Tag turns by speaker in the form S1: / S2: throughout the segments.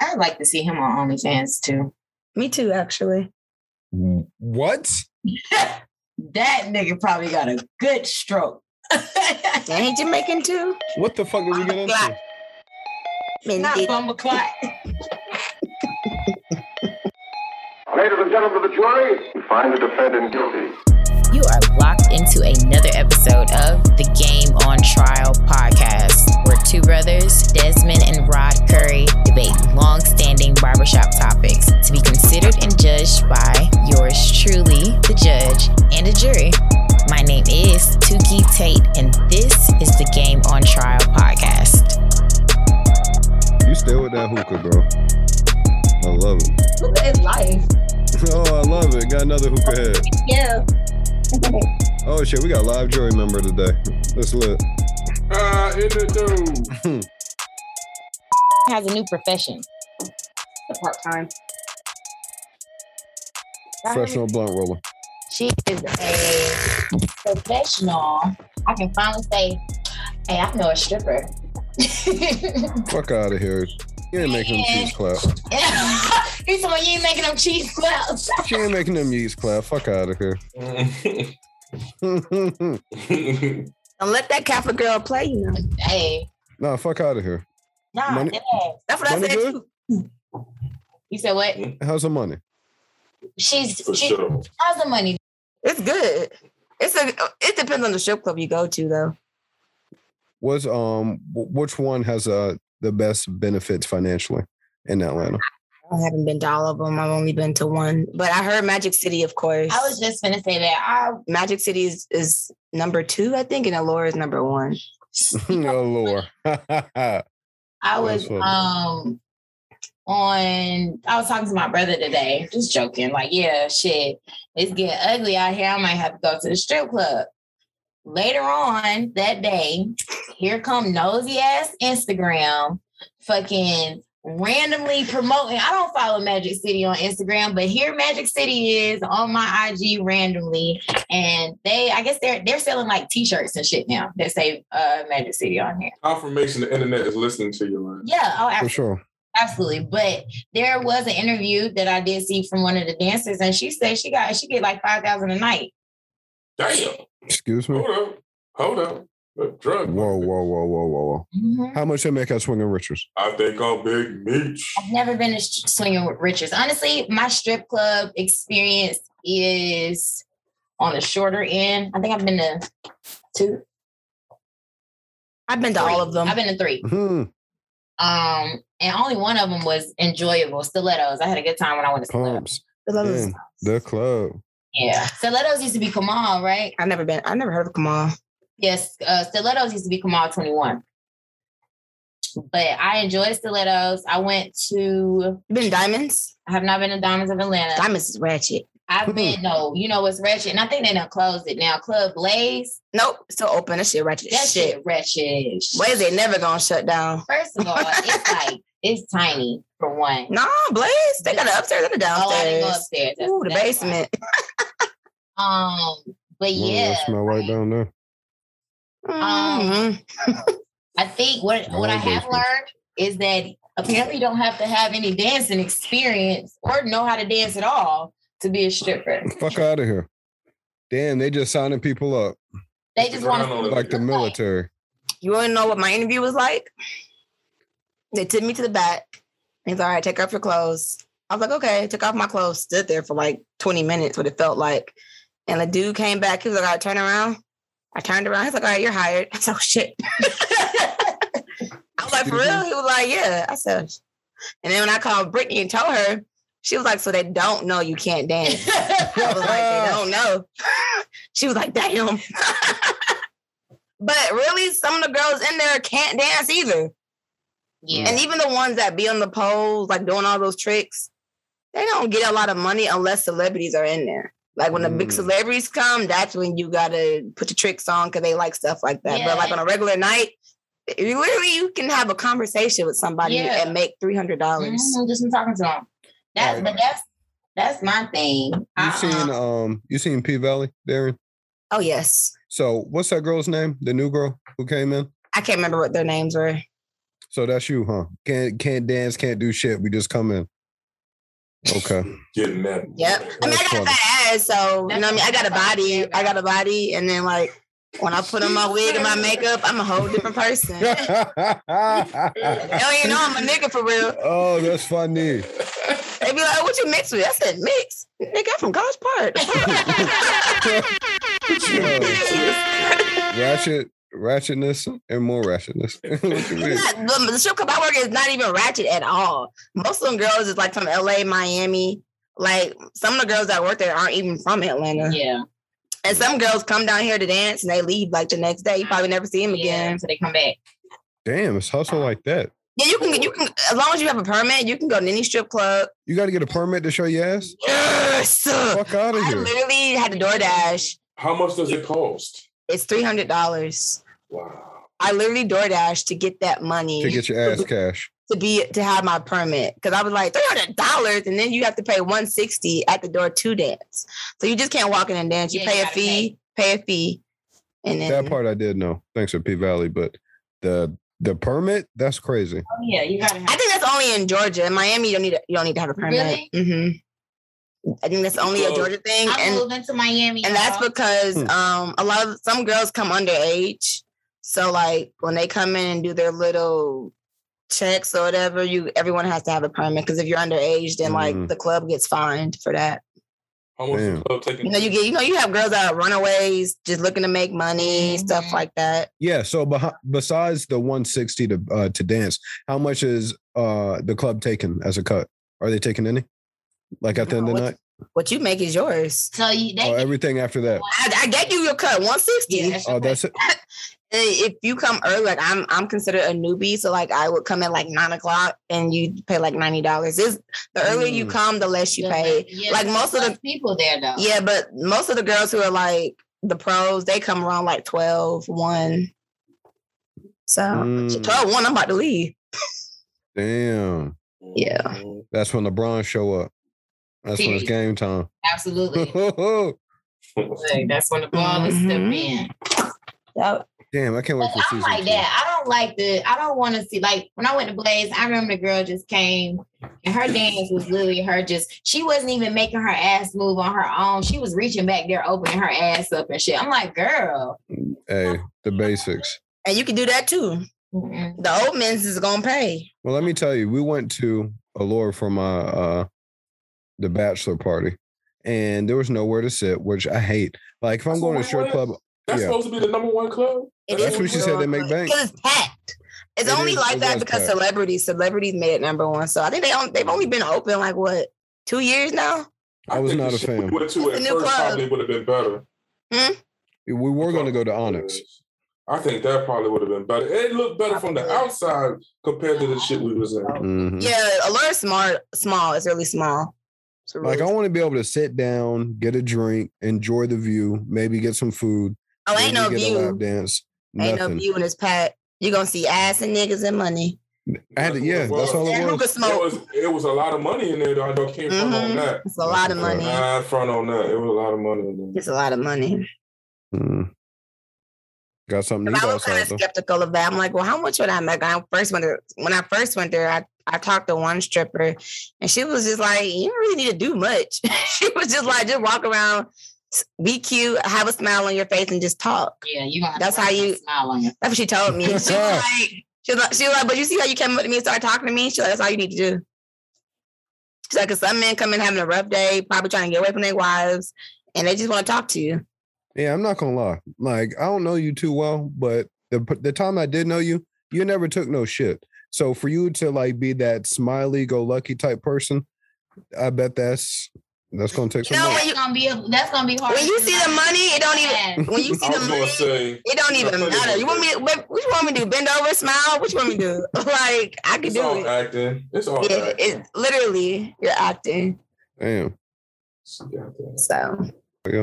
S1: I'd like to see him on OnlyFans too.
S2: Me too, actually.
S3: What?
S1: that nigga probably got a good stroke.
S2: And he Jamaican too.
S3: What the fuck are we getting into?
S1: Not
S2: Mindy.
S1: bumble clot.
S4: Ladies and gentlemen of the jury, find the defendant guilty.
S5: You are locked into another episode of the Game on Trial podcast, where two brothers, Desmond and Rod Curry, debate long standing barbershop topics to be considered and judged by yours truly, the judge and the jury. My name is Tuki Tate, and this is the Game on Trial podcast.
S3: You still with that hookah, bro? I love it.
S2: Look at life.
S3: Oh, I love it. Got another hookah head.
S2: Yeah.
S3: Oh shit, we got a live jury member today. Let's look.
S4: Uh, in the dude.
S5: Has a new profession.
S2: Part time.
S3: Professional blunt roller.
S5: She is a professional. I can finally say, hey, I know a stripper.
S3: Fuck out of here. You ain't making them cheese clap.
S5: He's like, you ain't making them cheese claps.
S3: She ain't making them yeast clap. Fuck out of here.
S2: Don't let that Catholic girl play you. Know.
S5: Hey,
S3: nah, fuck out of here.
S5: nah,
S3: Money-
S5: dead.
S2: That's what
S3: Money
S2: I said
S3: good?
S2: too.
S5: You said what?
S3: How's the money?
S5: She's
S6: For
S5: she
S6: sure.
S5: how's the money?
S2: It's good. It's a. It depends on the strip club you go to though.
S3: What's um wh- which one has uh the best benefits financially in Atlanta?
S2: I haven't been to all of them. I've only been to one, but I heard Magic City, of course.
S5: I was just gonna say that. I
S2: Magic City is, is number two, I think, and Allure is number one.
S3: oh lord.
S5: I
S3: That's
S5: was
S3: what-
S5: um on I was talking to my brother today, just joking, like, yeah, shit, it's getting ugly out here. I might have to go to the strip club. Later on that day, here come nosy ass Instagram fucking randomly promoting. I don't follow Magic City on Instagram, but here Magic City is on my IG randomly. And they I guess they're they're selling like t-shirts and shit now that say uh Magic City on here.
S6: Confirmation the internet is listening to you, man.
S5: Yeah, oh
S3: For
S5: absolutely.
S3: sure.
S5: Absolutely. But there was an interview that I did see from one of the dancers, and she said she got she get like five thousand a night.
S6: Damn.
S3: Excuse me.
S6: Hold up. Hold up. The drug.
S3: Whoa, whoa, whoa, whoa, whoa, whoa.
S1: Mm-hmm.
S3: How much they make at Swinging Richards?
S6: I think I'm Big Meech.
S5: I've never been to sh- swinging with Richards. Honestly, my strip club experience is on the shorter end. I think I've been to two.
S2: I've been to all of them.
S5: I've been to three.
S3: Hmm.
S5: Um, and only one of them was enjoyable. Stilettos. I had a good time when I went to stilettos.
S3: Pumps
S2: I love this-
S3: in the club.
S5: Yeah, stilettos used to be Kamal, right?
S2: I've never been. I've never heard of Kamal.
S5: Yes, uh, stilettos used to be Kamal 21. But I enjoyed stilettos. I went to,
S2: You been to Diamonds?
S5: I have not been to Diamonds of Atlanta.
S2: Diamonds is ratchet.
S5: I've been, no, you know what's wretched? And I think they done closed it now. Club Blaze,
S2: Nope, still open. That shit ratchet.
S5: that
S2: as shit.
S5: shit wretched.
S2: Blaze ain't never gonna shut down.
S5: First of all, it's like, it's tiny for one.
S2: Nah, Blaze. They got an upstairs and a
S5: Oh, I didn't go
S2: downstairs.
S5: upstairs. That's-
S2: Ooh, the
S5: that's why.
S2: basement.
S5: Um, but
S3: Ooh,
S5: yeah,
S3: that smell right down there.
S5: Um,
S2: Mhm.
S5: I think what
S3: I
S5: what I
S3: like
S5: have
S3: basements.
S5: learned is that apparently you don't have to have any dancing experience or know how to dance at all to be a stripper.
S3: Fuck out of here. Damn, they just signing people up
S5: They just want
S6: Oh,
S5: to
S3: like the military.
S2: You wanna know what my interview was like? They took me to the back. He's all right, take off your clothes. I was like, okay, took off my clothes, stood there for like 20 minutes, what it felt like. And the dude came back, he was like, all right, turn around. I turned around, he's like, all right, you're hired. I said, oh shit. I was like, for real? He was like, yeah. I said, and then when I called Brittany and told her, she was like, so they don't know you can't dance. I was like, they don't know. She was like, damn. but really, some of the girls in there can't dance either.
S5: yeah.
S2: And even the ones that be on the poles, like doing all those tricks, they don't get a lot of money unless celebrities are in there. Like when the big
S3: Mm.
S2: celebrities come, that's when you gotta put your tricks on because they like stuff like that.
S5: Yeah.
S2: But like on a regular night, eh, you literally you can have a conversation with somebody
S5: Yeah.
S2: and make three hundred dollars.
S5: Mhm, just from talking to them. That's but that's that's my thing.
S3: You
S5: Uh-uh.
S3: seen um you seen P Valley, Darren?
S2: Oh yes,
S3: So what's that girl's name? The new girl who came in?
S2: I can't remember what their names were.
S3: So that's you, huh? Can't can't dance, can't do shit. We just come in. Okay.
S6: Getting that.
S2: Yep. I mean, I got a fat ass, so you know, what I mean, I got a body. I got a body, and then like when I put on my wig and my makeup, I'm a whole different person. Hell, you know I'm a nigga for real.
S3: oh, that's funny.
S2: They be like, "Oh, "What you mix with?" I said, "Mix, nigga. I'm from College Park."
S3: Ratchet, ratchetness, and more ratchetness. Look at me.
S2: I'm not- the, the strip club I work at is not even ratchet at all. Most of them girls is like from LA, Miami. Like some of the girls that work there aren't even from Atlanta.
S1: Yeah.
S2: And some girls come down here to dance and they leave like the next day. You probably never see them
S1: Yeah.
S2: again.
S1: So they come back.
S3: Damn, it's hustle like that.
S2: Yeah, you can you can as long as you have a permit, you can go to any strip club.
S3: You got to get a permit to show your ass.
S2: Yes. I
S3: Fuck out of here.
S2: literally had to DoorDash.
S6: How much does it cost?
S2: It's three hundred dollars.
S6: Wow.
S2: I literally DoorDash to get that money.
S3: To get your ass cash.
S2: to be to have my permit because I was like three hundred dollars, and then you have to pay one sixty at the door to dance. So you just can't walk in and dance. You
S1: Yeah, you
S2: pay a
S1: gotta
S2: fee, pay. a fee, and then
S3: That part I did know. Thanks for P Valley, but the the permit that's crazy.
S1: Oh, yeah. You gotta
S2: I
S1: have.
S2: think that's only in Georgia. In Miami, you don't need a, you don't need to have a permit.
S1: Really?
S2: hmm I think that's only a
S6: Well,
S2: Georgia thing,
S1: I'm
S2: and
S1: moving to Miami.
S2: and that's
S1: y'all.
S2: because
S3: Hmm.
S2: um a lot of some girls come underage, so like when they come in and do their little checks or whatever, you everyone has to have a permit because if you're underage, then
S3: Mhm.
S2: like the club gets fined for that.
S6: How much is
S3: Damn.
S6: the club taking?
S2: You know, you get, you know, you have girls that are runaways, just looking to make money, stuff
S1: Mhm.
S2: like that.
S3: Yeah. So behi- besides the 160 to uh, to dance, how much is uh the club taking as a cut? Are they taking any? Like at the end of the
S2: No,
S3: night?
S2: What you make is yours.
S1: So you, they
S3: Or everything after that?
S2: I, I get you your cut, one sixty.
S1: Yeah, that's
S3: Oh,
S1: your
S3: that's it.
S2: If you come early, like I'm, I'm considered a newbie, so like I would come at like nine o'clock, and you pay like ninety dollars. Is the earlier you
S3: Mm.
S2: come, the less you
S1: Yeah,
S2: pay.
S1: but- yeah,
S2: like
S1: there's
S2: most of
S1: less
S2: the
S1: people there though.
S2: yeah, but most of the girls who are like the pros, they come around like 12, 1. So
S3: Mm.
S2: 12, 1, I'm about to leave.
S3: Damn.
S2: Yeah.
S3: That's when LeBron show up. That's when it's
S1: Period.
S3: game time.
S1: absolutely. Like, that's when the ball is
S2: Mhm.
S1: stepped in.
S2: Yep.
S3: Damn, I can't wait
S1: But
S3: for
S1: I'm
S3: season
S1: like
S3: two.
S1: that. I don't like the. I don't want to see like when I went to Blaze. I remember the girl just came and her dance was literally her just. She wasn't even making her ass move on her own. She was reaching back there, opening her ass up and shit. I'm like, girl.
S3: Hey, the basics.
S2: And you can do that too.
S1: Mm-mm.
S2: The old men's is gonna pay.
S3: Well, let me tell you, we went to Allure for my uh the bachelor party, and there was nowhere to sit, which I hate. Like if I'm
S6: So
S3: going to
S6: wait,
S3: a strip
S6: what?
S3: club,
S6: That's
S3: Yeah.
S6: supposed to be the number one club.
S3: That's what she said, they make bank.
S2: Because it's packed. It's
S3: It
S2: only
S3: is-
S2: like
S3: it
S2: that
S3: was
S2: because
S3: packed.
S2: celebrities, celebrities made it number one. So I think they on, they've only been open like what two years now.
S3: I was
S6: think
S3: not
S6: the
S3: a
S6: shit
S3: fan.
S6: We went to
S2: It's a
S6: at
S2: new
S6: first
S2: club.
S6: probably would have been better.
S3: we were going to go to Onyx.
S6: I think that probably would have been better. It looked better from the
S2: Probably.
S6: outside compared to the shit we was in.
S3: Mhm.
S2: Yeah, Allure's smart, small. It's really small. It's really
S3: Like I want to be able to sit down, get a drink, enjoy the view, maybe get some food.
S2: oh, ain't no
S3: maybe get a lap
S2: view.
S3: dance.
S2: Ain't no
S3: nothing.
S2: view in this pack. You're gonna see ass and niggas and money.
S3: I had to, yeah, that's all
S2: And
S3: it
S2: hookah
S3: was.
S6: It
S2: smoke.
S6: was, it was a lot of money in there, though. I don't came from
S2: Mhm.
S6: on that.
S2: It's a lot of
S3: That's
S2: money.
S6: Nah, front on that. It was a lot of money in there.
S2: It's a lot of money.
S3: Mm. Got something to
S2: But
S3: eat
S2: I was kind
S3: outside
S2: of
S3: though.
S2: skeptical of that. I'm like, well, how much would I make? I first went there, when I first went there, I, I talked to one stripper and she was just like, you don't really need to do much. she was just like, just walk around, s- be cute, have a smile on your face and just talk.
S1: Yeah, you gonna. have to
S2: That's how
S1: work
S2: you-
S1: that smile on your.
S2: That's what she told me. She was like, she was like, she was like, but you see how you came up to me and started talking to me? She's like, that's all you need to do. She's like, 'cause some men come in having a rough day, probably trying to get away from their wives, and they just want to talk to you.
S3: Yeah, I'm not gonna lie. Like, I don't know you too well, but the the time I did know you, you never took no shit. So for you to like be that smiley go lucky type person, I bet that's that's gonna take some.
S2: No, when
S3: work.
S1: That's
S2: you-
S1: gonna be. A, that's gonna be hard.
S2: When you see the money, it don't even, when you see
S6: I
S2: the
S6: was
S2: money,
S6: gonna say
S2: It don't even matter. You want me? What, what you want me to do? Bend over, smile? What you want me to do? Like I could
S6: it's
S2: do
S6: all
S2: it.
S6: acting. It's all
S2: Yeah,
S6: acting.
S2: it's literally you're acting.
S3: Damn.
S6: It's
S2: So
S3: Yeah. By,
S5: Uh-huh.
S1: Uh-uh.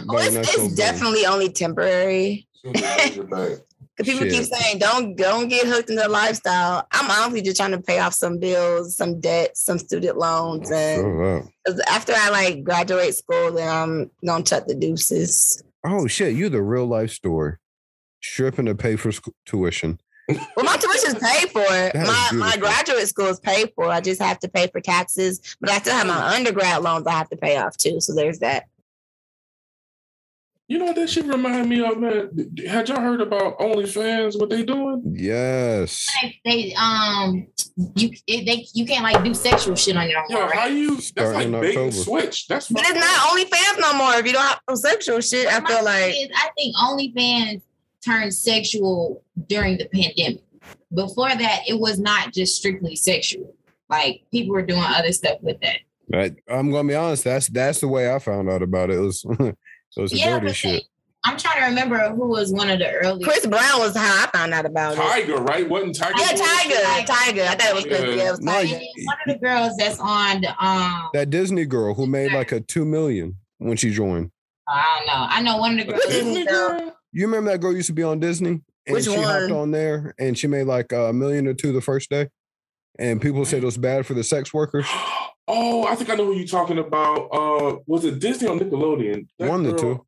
S2: Um, Well,
S3: by
S2: it's,
S3: a nice
S2: it's
S3: little bill.
S2: definitely only temporary.
S6: goddamn.
S2: 'Cause people keep
S3: Shit.
S2: saying don't don't get hooked into the lifestyle. I'm honestly just trying to pay off some bills, some debts, some student loans, and
S3: Oh, wow.
S2: 'cause after I like graduate school, then I'm gonna chuck the deuces.
S3: Oh, shit, you the real life story. Stripping to pay for school tuition.
S2: Well, my tuition tuition's paid for.
S3: is
S2: My my
S3: beautiful.
S2: graduate school is paid for. I just have to pay for taxes, but I still have my undergrad loans I have to pay off too. So there's that.
S6: You know what that shit remind me of, man? Had y'all heard about OnlyFans? What they doing?
S3: Yes.
S1: They, they um you it, they you can't like do sexual shit on your own,
S6: Yo, how
S1: right?
S6: you? That's
S3: Starting in
S6: like bait
S3: October.
S6: and switch. That's
S2: But it's not OnlyFans no more. If you don't have no sexual shit, I
S1: My
S2: feel
S1: thing
S2: like
S1: is, I think OnlyFans turned sexual during the pandemic. Before that, it was not just strictly sexual. Like people were doing other stuff with that.
S3: Right. I'm gonna be honest. That's that's the way I found out about it. It was it was
S1: Yeah,
S3: dirty
S1: but
S3: shit.
S1: they- I'm trying to remember who was one of the early.
S2: Chris Brown was how I found out about it.
S6: Tiger, right? Wasn't Tiger?
S2: Yeah, Tiger, Tiger. I thought it was Chris. Yeah, it was
S3: No,
S2: Tiger.
S1: And one of the girls that's on the um
S3: That Disney girl who made like a two million when she joined.
S1: I don't know. I know one of the girls.
S2: Disney girl.
S3: You remember that girl used to be on Disney? And
S2: Which
S3: she hopped
S2: one?
S3: on there and she made like a million or two the first day. And people said it was bad for the sex workers.
S6: Oh, I think I know who you're talking about. Uh, was it Disney or Nickelodeon?
S3: One of the
S6: girl,
S3: two.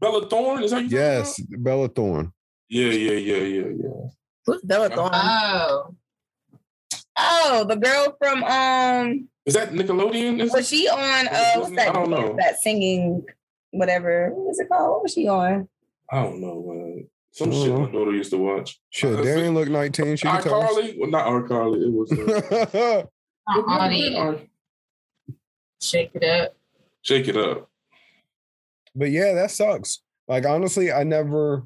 S6: Bella Thorne, is that you? talking
S3: Yes,
S6: about?
S3: Bella Thorne.
S6: Yeah, yeah, yeah, yeah, yeah.
S2: Who's Bella Thorne?
S1: Oh,
S2: Oh, the girl from um
S6: Is that Nickelodeon? Is
S2: was she on uh what's that
S6: I don't know.
S2: that singing whatever what was it called? What was she on?
S6: I don't know, man. Some
S3: I don't
S6: shit
S3: know.
S6: my daughter used to watch.
S3: Shit,
S6: Uh,
S3: Darian looked 19. She can tell
S6: iCarly? Well, not iCarly. It was. Uh,
S3: us.
S1: not on it.
S6: Ar-
S1: Shake it up.
S6: Shake it up.
S3: but yeah, that sucks. Like honestly, I never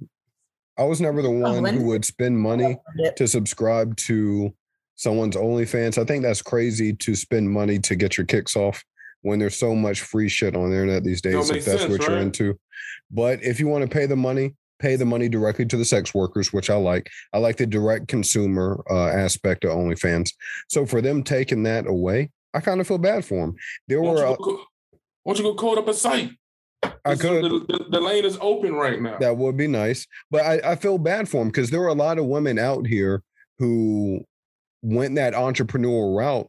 S3: I was never the one
S2: when-
S3: who would spend money
S2: Yeah.
S3: to subscribe to someone's OnlyFans. I think that's crazy to spend money to get your kicks off when there's so much free shit on the internet these
S6: Don't
S3: days,
S6: make
S3: if that's
S6: sense,
S3: what you're
S6: right?
S3: into. But if you want to pay the money, pay the money directly to the sex workers, which I like. I like the direct consumer uh, aspect of OnlyFans. So for them taking that away, I kind of feel bad for them. There
S6: Why
S3: were
S6: don't,
S3: uh,
S6: you go, why don't you go code up a site?
S3: I
S6: This-
S3: could
S6: The, the- the lane is open right now.
S3: That would be nice. But I, I feel bad for him because there were a lot of women out here who went that entrepreneurial route,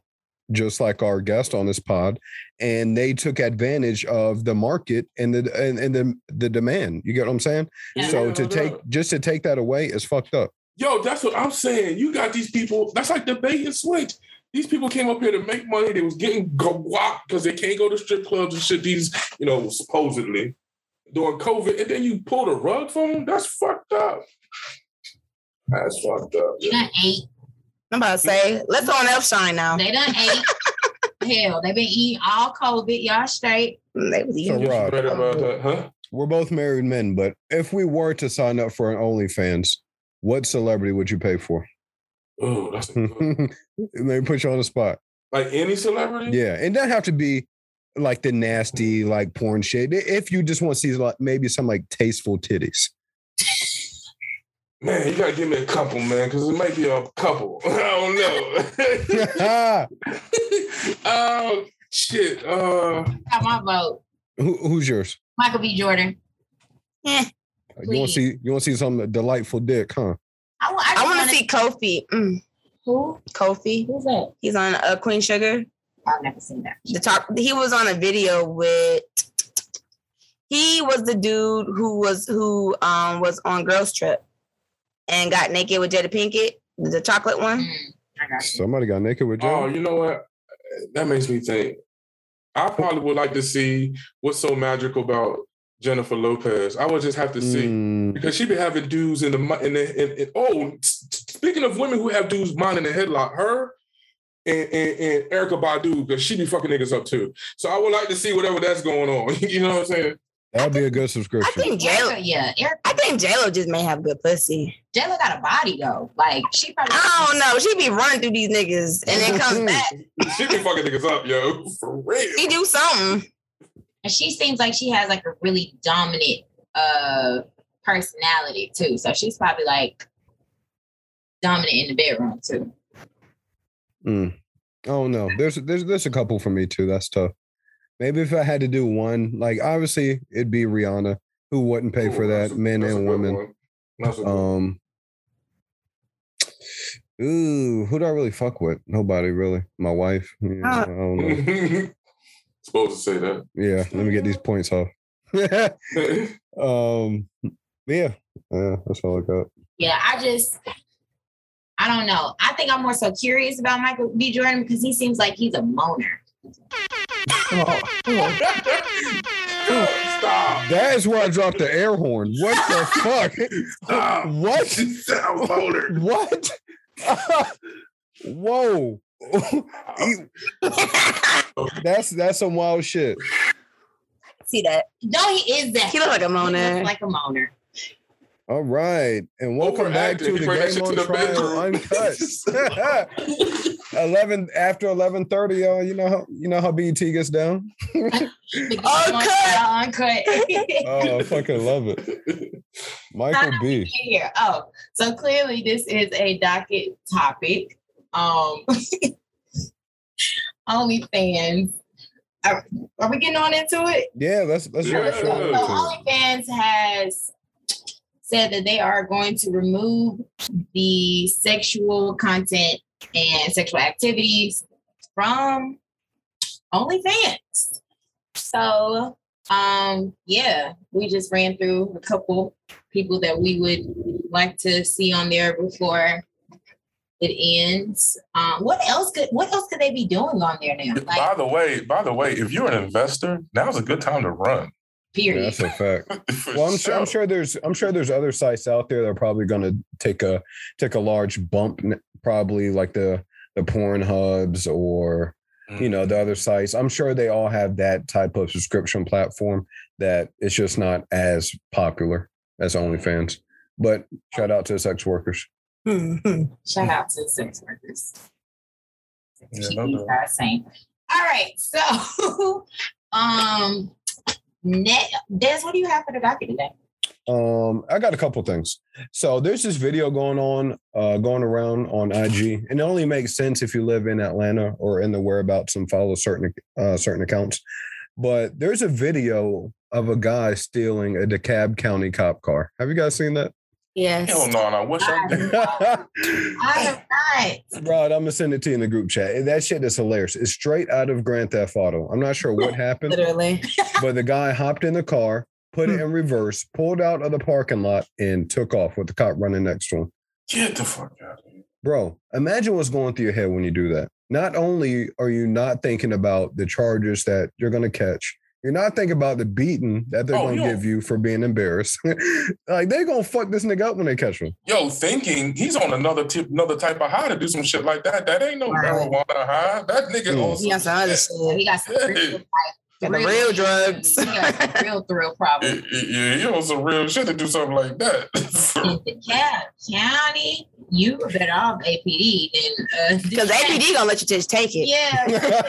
S3: just like our guest on this pod, and they took advantage of the market and the and, and the the demand. You get what I'm saying?
S6: Yeah,
S3: so
S6: no
S3: to take
S6: doubt.
S3: just to take that away is fucked up.
S6: Yo, that's what I'm saying. You got these people. That's like the bait and switch. These people came up here to make money. They was getting guap because they can't go to strip clubs and shit. These, you know, supposedly during COVID, and then you pull the rug from them. That's fucked up. That's fucked up.
S1: They done ate.
S2: I'm about to say, let's go on Elfshine now.
S1: They done ate. Hell, they been eating all COVID. Y'all straight.
S2: They was
S3: So
S2: eating.
S6: You're
S3: Rob,
S6: right about that, huh?
S3: we're both married men, but if we were to sign up for an OnlyFans, what celebrity would you pay for?
S6: Oh, that's a good.
S3: Let me put you on the spot.
S6: like any celebrity.
S3: Yeah, and doesn't have to be like the nasty like porn shit. I- If you just want to see like maybe some like tasteful titties,
S6: Man, you gotta give me a couple, man, because it might be a couple. I don't know.
S3: Who,
S6: Oh shit. Uh,
S1: Got my vote.
S3: who's yours?
S1: Michael B. Jordan.
S3: You want to see you want to see some delightful dick, huh?
S1: I, wa- I,
S2: I want to see Kofi. Mm,
S1: who.
S2: Kofi.
S1: Who's that?
S2: He's on uh, Queen Sugar.
S1: I've never seen that.
S2: The top. He was on a video with. He was the dude who was who um was on Girls Trip, and got naked with Jada Pinkett, the chocolate one.
S1: Mm, I got you.
S3: Somebody got naked with
S6: oh,
S3: Joe.
S6: you know what? That makes me think. I probably would like to see what's so magical about Jennifer Lopez. I would just have to see
S3: Mm,
S6: because she been having dudes in the mi- in the in, in, oh. s- s- Speaking of women who have dudes mind in the headlock, her. And, and, and Erica Badu, because she be fucking niggas up too. So I would like to see whatever that's going on. you know what I'm saying?
S3: that'd be a good
S2: I
S3: subscription.
S2: think
S1: Erica,
S2: J.
S1: yeah, Erica,
S2: I think J Lo just may have good pussy.
S1: J-Lo got a body though. Like she probably.
S2: I don't know. She be running through these niggas and then comes back.
S6: she be fucking niggas up, yo, for real.
S2: She do something.
S1: and she seems like she has like a really dominant uh personality too. So she's probably like dominant in the bedroom too.
S3: Oh no, there's there's there's a couple for me too. That's tough. Maybe if I had to do one, like obviously it'd be Rihanna, who wouldn't pay for
S6: Ooh,
S3: that,
S6: that's a-
S3: men
S6: that's a
S3: and
S6: good
S3: women.
S6: one. That's a good one.
S3: Um. Ooh, who do I really fuck with? Nobody really. My wife. Yeah,
S2: Ah.
S3: I don't know.
S6: Supposed to say that.
S3: Yeah, let me get these points off. um. Yeah. Yeah. That's all I got.
S1: Yeah, I just
S5: I don't know. I think I'm more so curious about Michael B. Jordan because he seems like he's a moaner.
S6: Stop.
S3: That's where I dropped the air horn. What the fuck?
S6: Stop.
S3: What?
S6: Sound boner.
S3: What? Whoa. that's that's some wild shit.
S2: See that?
S5: No, he is that.
S2: He look like a
S5: He
S2: moaner.
S5: looks like a moaner.
S3: All right, and welcome back to the
S6: Overacting. Bring that
S3: game
S6: shit
S3: on
S6: to the
S3: trial uncut. Eleven after eleven thirty, y'all. You know how you know how BET gets down.
S5: Uncut. Uncut.
S3: Oh, I fucking love it, Michael B.
S5: here. Oh, so clearly this is a docket topic. Um OnlyFans. Are, are we getting on into it?
S3: Yeah, let's let's
S6: Yeah.
S3: jump
S5: So,
S3: straight into it.
S5: OnlyFans has said that they are going to remove the sexual content and sexual activities from OnlyFans. So um yeah, we just ran through a couple people that we would like to see on there before it ends. Um, what else could what else could they be doing on there now? Like
S6: By the way, by the way, if you're an investor, now's a good time to run.
S3: Yeah,
S5: period.
S3: that's a fact.
S6: For
S3: Well, I'm sure, I'm sure there's I'm sure there's other sites out there that are probably going to take a take a large bump, n- probably like the the porn hubs or you know the other sites. I'm sure they all have that type of subscription platform that it's just not as popular as OnlyFans. But shout out to the sex workers.
S2: Mhm.
S5: Shout out to sex workers.
S6: Yeah,
S5: Keep
S6: no
S5: these
S6: doubt.
S5: guys sane. All right, so um net Des, what do you have for the docket today?
S3: Um, I got a couple things. So there's this video going on, uh, going around on IG, and it only makes sense if you live in Atlanta or in the whereabouts and follow certain uh, certain accounts. But there's a video of a guy stealing a DeKalb County cop car. Have you guys seen that?
S2: Yes.
S6: Hell no, and I wish I did.
S5: I have not.
S3: Rod, I'm gonna send it to you in the group chat. And That shit is hilarious. It's straight out of Grand Theft Auto. I'm not sure what happened.
S2: Literally.
S3: but the guy hopped in the car, put it in reverse, pulled out of the parking lot, and took off with the cop running next to him.
S6: Get the fuck out of here.
S3: Bro, imagine what's going through your head when you do that. Not only are you not thinking about the charges that you're going to catch, you're not thinking about the beating that they're
S6: Oh,
S3: going to
S6: yeah.
S3: give you for being embarrassed. like they're going to fuck this nigga up when they catch him.
S6: Yo, thinking he's on another tip, another type of high to do some shit like that. That ain't no
S2: Right.
S6: marijuana high. That nigga
S3: Mm.
S6: also.
S2: He got some other shit.
S5: He got some real, like,
S2: Got the real drugs.
S5: He got some real thrill problems.
S6: Yeah, you on some real shit to do something like that.
S5: In the cab county, you better off APD than
S2: Because APD gonna let you just take it.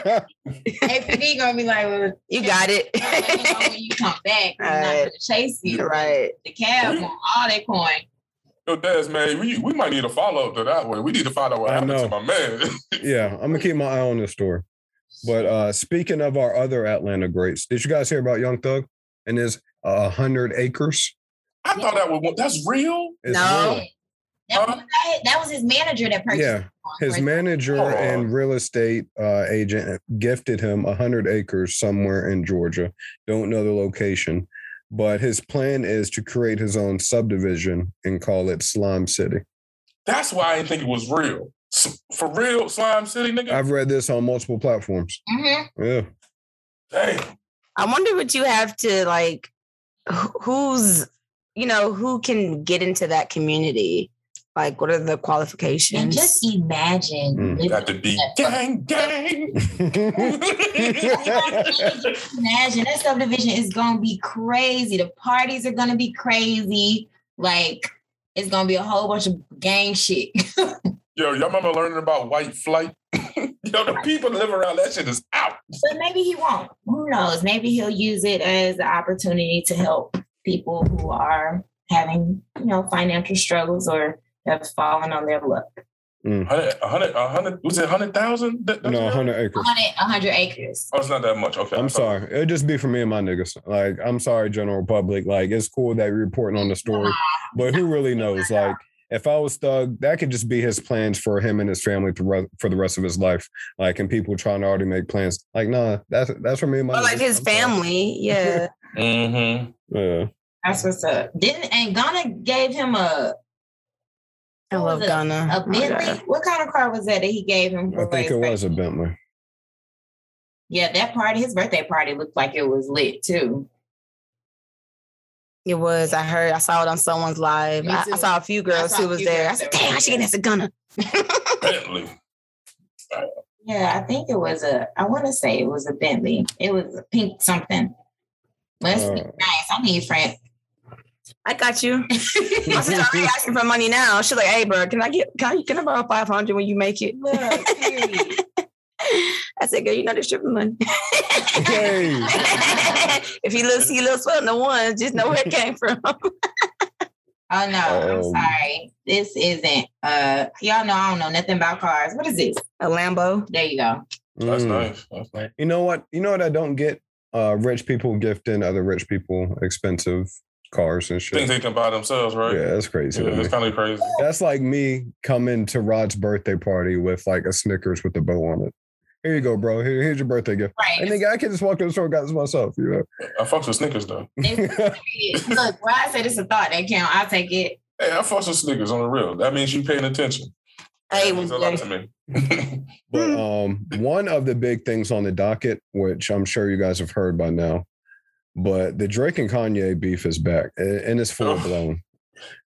S5: Yeah, APD gonna be like, well,
S2: You got
S5: let me know
S2: it.
S5: when you come back, I'm not
S2: Right.
S5: gonna chase you.
S2: right.
S5: The cab want all that coin.
S6: Yo, Des, man, we, we might need a follow up to that one. We need to find out what
S3: I
S6: happened
S3: know.
S6: to my man.
S3: yeah, I'm going to keep my eye on this story. But uh speaking of our other Atlanta greats, did you guys hear about Young Thug and his uh, 100 acres?
S6: I thought that was that's real.
S3: It's
S2: No.
S3: real.
S5: That,
S6: Huh?
S5: was, that was his manager that purchased.
S3: Yeah.
S5: the coin,
S3: His
S5: right?
S3: manager
S6: Oh.
S3: and real estate uh, agent gifted him 100 acres somewhere in Georgia. Don't know the location, but his plan is to create his own subdivision and call it Slime City.
S6: That's why I didn't think it was real. S- For real, Slime City, nigga.
S3: I've read this on multiple platforms.
S5: Mhm.
S3: Yeah.
S6: Damn.
S2: I wonder what you have to like wh- who's you know, who can get into that community? Like what are the qualifications?
S5: And just imagine.
S3: Mm.
S5: living
S6: Got the D
S5: that-
S6: gang gang.
S5: Imagine that subdivision is gonna be crazy. The parties are gonna be crazy. Like it's gonna be a whole bunch of gang shit.
S6: Yo, y'all remember learning about white flight? Yo, the people that live around that shit is out.
S5: but maybe he won't. Who knows? Maybe he'll use it as an opportunity to help people who are having, you know, financial struggles or have fallen on their luck.
S6: 100, 100, 100 was it 100,000? That- that
S3: no,
S6: was it?
S3: 100 acres.
S5: 100, 100 acres.
S6: Oh, it's not that much. Okay.
S3: I'm sorry. It'll just be for me and my niggas. Like, I'm sorry, general public. Like, it's cool that you're reporting on the story, but who really knows? Like, if I was Thug, that could just be his plans for him and his family to re- for the rest of his life. Like, and people trying to already make plans. Like, nah, that's that's for me and my.
S2: or like
S3: niggas.
S2: his
S3: I'm sorry.
S2: family. Yeah.
S6: Mm-hmm.
S3: Yeah.
S5: That's what's up. Didn't and Ghana gave him a
S2: I
S1: What
S2: love
S1: was it?
S2: Ghana.
S1: A
S2: Oh my
S1: Bentley?
S2: God.
S1: what kind of car was that that he gave him?
S3: I
S1: for
S3: think
S1: his
S3: it was a
S1: birthday?
S3: Bentley.
S1: Yeah, that party, his birthday party looked like it was lit too.
S2: It was. I heard. I saw it on someone's live.
S1: Me
S2: I, I
S1: too.
S2: saw a few
S1: I
S2: girls
S1: saw
S2: who
S1: a
S2: was
S1: few
S2: there. I
S1: girls
S2: said,
S1: that were
S2: "Damn, I should get
S1: there.
S2: that's a Ghana."
S6: Bentley.
S1: Yeah, I think it was a, I want to say it was a Bentley. It was a pink something. But it's
S3: Uh,
S1: nice. I need friends.
S2: I got you. My sister already asking for money now. She's like, "Hey, bro, can I get? Can I? Can I borrow five hundred when you make it?"
S1: Look, period.
S2: I said, "Girl, you know the stripping money."
S3: hey,
S2: if you look, see a little sweat in the one, just know where it came from.
S1: Oh no, I'm
S3: Um,
S1: sorry. This isn't uh y'all know I don't know nothing about cars. What is this?
S2: a Lambo.
S1: There you go.
S6: That's
S3: mm.
S6: nice. That's nice.
S3: You know what? You know what? I don't get uh, rich people gifting other rich people expensive cars and
S6: Things
S3: shit.
S6: they can buy themselves, right?
S3: Yeah, that's crazy.
S6: Yeah,
S3: to me.
S6: it's kind of crazy.
S3: That's like me coming to Rod's birthday party with like a Snickers with a bow on it. Here you go, bro. Here- here's your birthday gift.
S1: Right.
S3: And nigga, I can just walk to the store and got this myself. You
S6: I fucks with Snickers though.
S3: know?
S1: It's- Look, well, I said it's a thought that count. I'll take it.
S6: Hey, I fucks with Snickers on the real. That means you paying attention.
S2: Hey,
S6: that means a lot to me.
S3: but um, one of the big things on the docket, which I'm sure you guys have heard by now, but the Drake and Kanye beef is back and, and it's full
S6: Ugh.
S3: blown.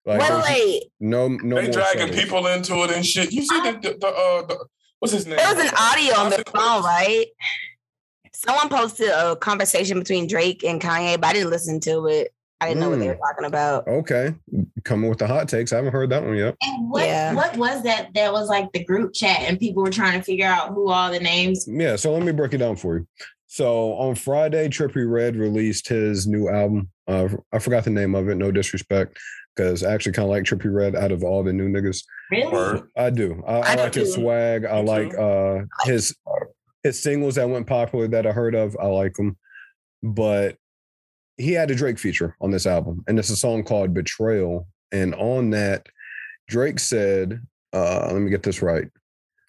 S3: Like
S2: well,
S3: there's
S2: wait.
S3: no, no
S6: they
S3: more
S6: dragging
S3: subtle.
S6: people into it and shit. You see the the, the, uh, the what's his name?
S2: There was an audio on the
S6: Toxic
S2: phone,
S6: Waste.
S2: right? Someone posted a conversation between Drake and Kanye, but I didn't listen to it. I didn't know what they
S3: Hmm.
S2: were talking about.
S3: Okay, coming with the hot takes. I haven't heard that one yet.
S1: And what
S2: Yeah.
S1: what was that that was like the group chat and people were trying to figure out who all the names
S3: Yeah, so let me break it down for you. So on Friday, Trippy Red released his new album. Uh, I forgot the name of it. No disrespect, because I actually kind of like Trippy Red out of all the new niggas.
S1: really
S6: Word.
S3: I do. I, I,
S2: I do
S3: like his
S2: too.
S3: swag. I
S6: Me
S3: like
S6: too.
S3: uh his his singles that went popular that I heard of. I like them, but he had a Drake feature on this album, and it's a song called "Betrayal." And on that, Drake said, uh, "Let me get this right.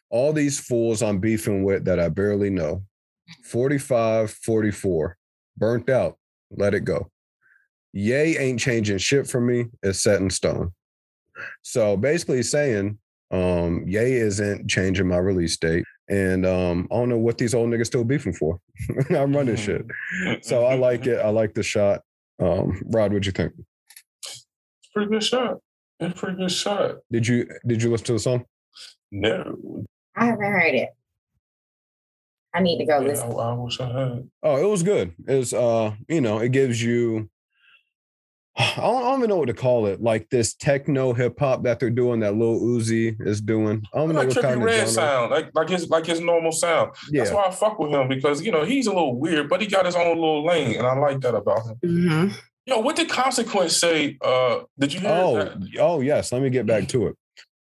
S3: All these fools I'm beefing with that I barely know. 45, 44, burnt out. Let it go. Yay ain't changing shit for me. It's set in stone." So basically saying, um, Ye isn't changing my release date. And um, I don't know what these old niggas still beefing for. I'm running
S6: Mm-hmm.
S3: shit. So I like it. I like the shot. Um, Rod, what'd you think?
S6: It's a pretty good shot. It's a pretty good shot.
S3: Did you did you listen to the song?
S6: No,
S1: I haven't heard it. I need to go
S6: Yeah, I,
S1: listen.
S6: I wish I had.
S3: Oh, it was good. It's uh, you know, it gives you I don't, I don't even know what to call it. Like this techno hip hop that they're doing, that Lil Uzi is doing. I don't know
S6: like
S3: what kind
S6: Trippy
S3: of
S6: Red
S3: genre.
S6: sound, like like his like his normal sound. That's
S3: Yeah,
S6: why I fuck with him because you know he's a little weird, but he got his own little lane, and I like that about him.
S2: Mm-hmm.
S6: Yo, what did Consequence say? Uh, did you hear?
S3: Oh,
S6: that?
S3: oh yes. Let me get back to it.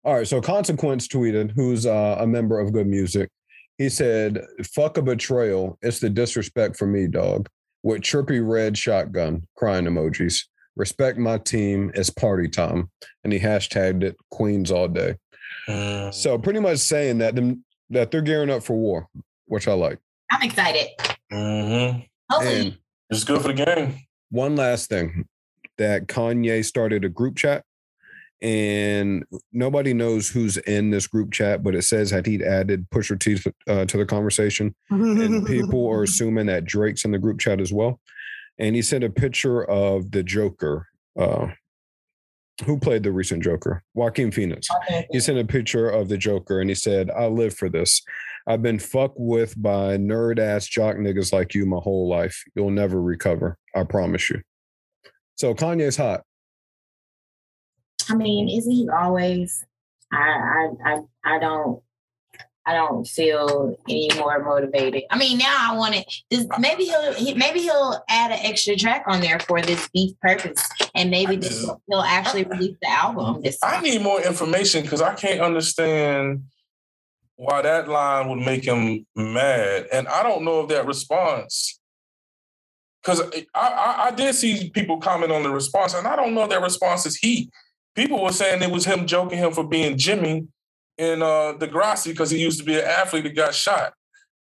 S3: All right. So Consequence tweeted, who's uh, a member of Good Music. He said, "Fuck a betrayal. It's the disrespect for me, dog." With chirpy red shotgun crying emojis. Respect my team. It's party time, and he hashtagged it Queens all day.
S6: Mm.
S3: So pretty much saying that them that they're gearing up for war, which I like.
S1: I'm excited.
S6: Mhm.
S1: Hopefully
S3: And
S6: It's good for the game.
S3: one last thing that Kanye started a group chat and nobody knows who's in this group chat, but it says that he'd added Pusher T to, uh, to the conversation and people are assuming that Drake's in the group chat as well. And he sent a picture of the Joker, uh, who played the recent Joker, Joaquin Phoenix. He sent a picture of the Joker and he said, I live for this. I've been fucked with by nerd ass jock niggas like you my whole life. You'll never recover. I promise you. So Kanye's hot.
S1: I mean, isn't he always? I I I, I don't. I don't feel any more motivated. I mean, now I want to. This, maybe he'll he, maybe he'll add an extra track on there for this beef purpose, and maybe this, he'll actually release the album this
S6: I
S1: time.
S6: need more information because I can't understand why that line would make him mad, and I don't know if that response. Because I, I, I did see people comment on the response, and I don't know if that response is heat. People were saying it was him joking him for being Jimmy in uh, Degrassi because he used to be an athlete that got shot.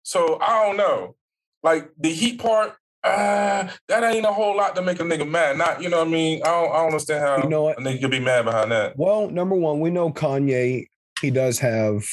S6: So I don't know. Like the heat part, I, uh, that ain't a whole lot to make a nigga mad. Not, you know what I mean? I don't, I don't understand how
S3: You know what?
S6: a nigga could be mad behind that.
S3: Well, number one, we know Kanye. He does have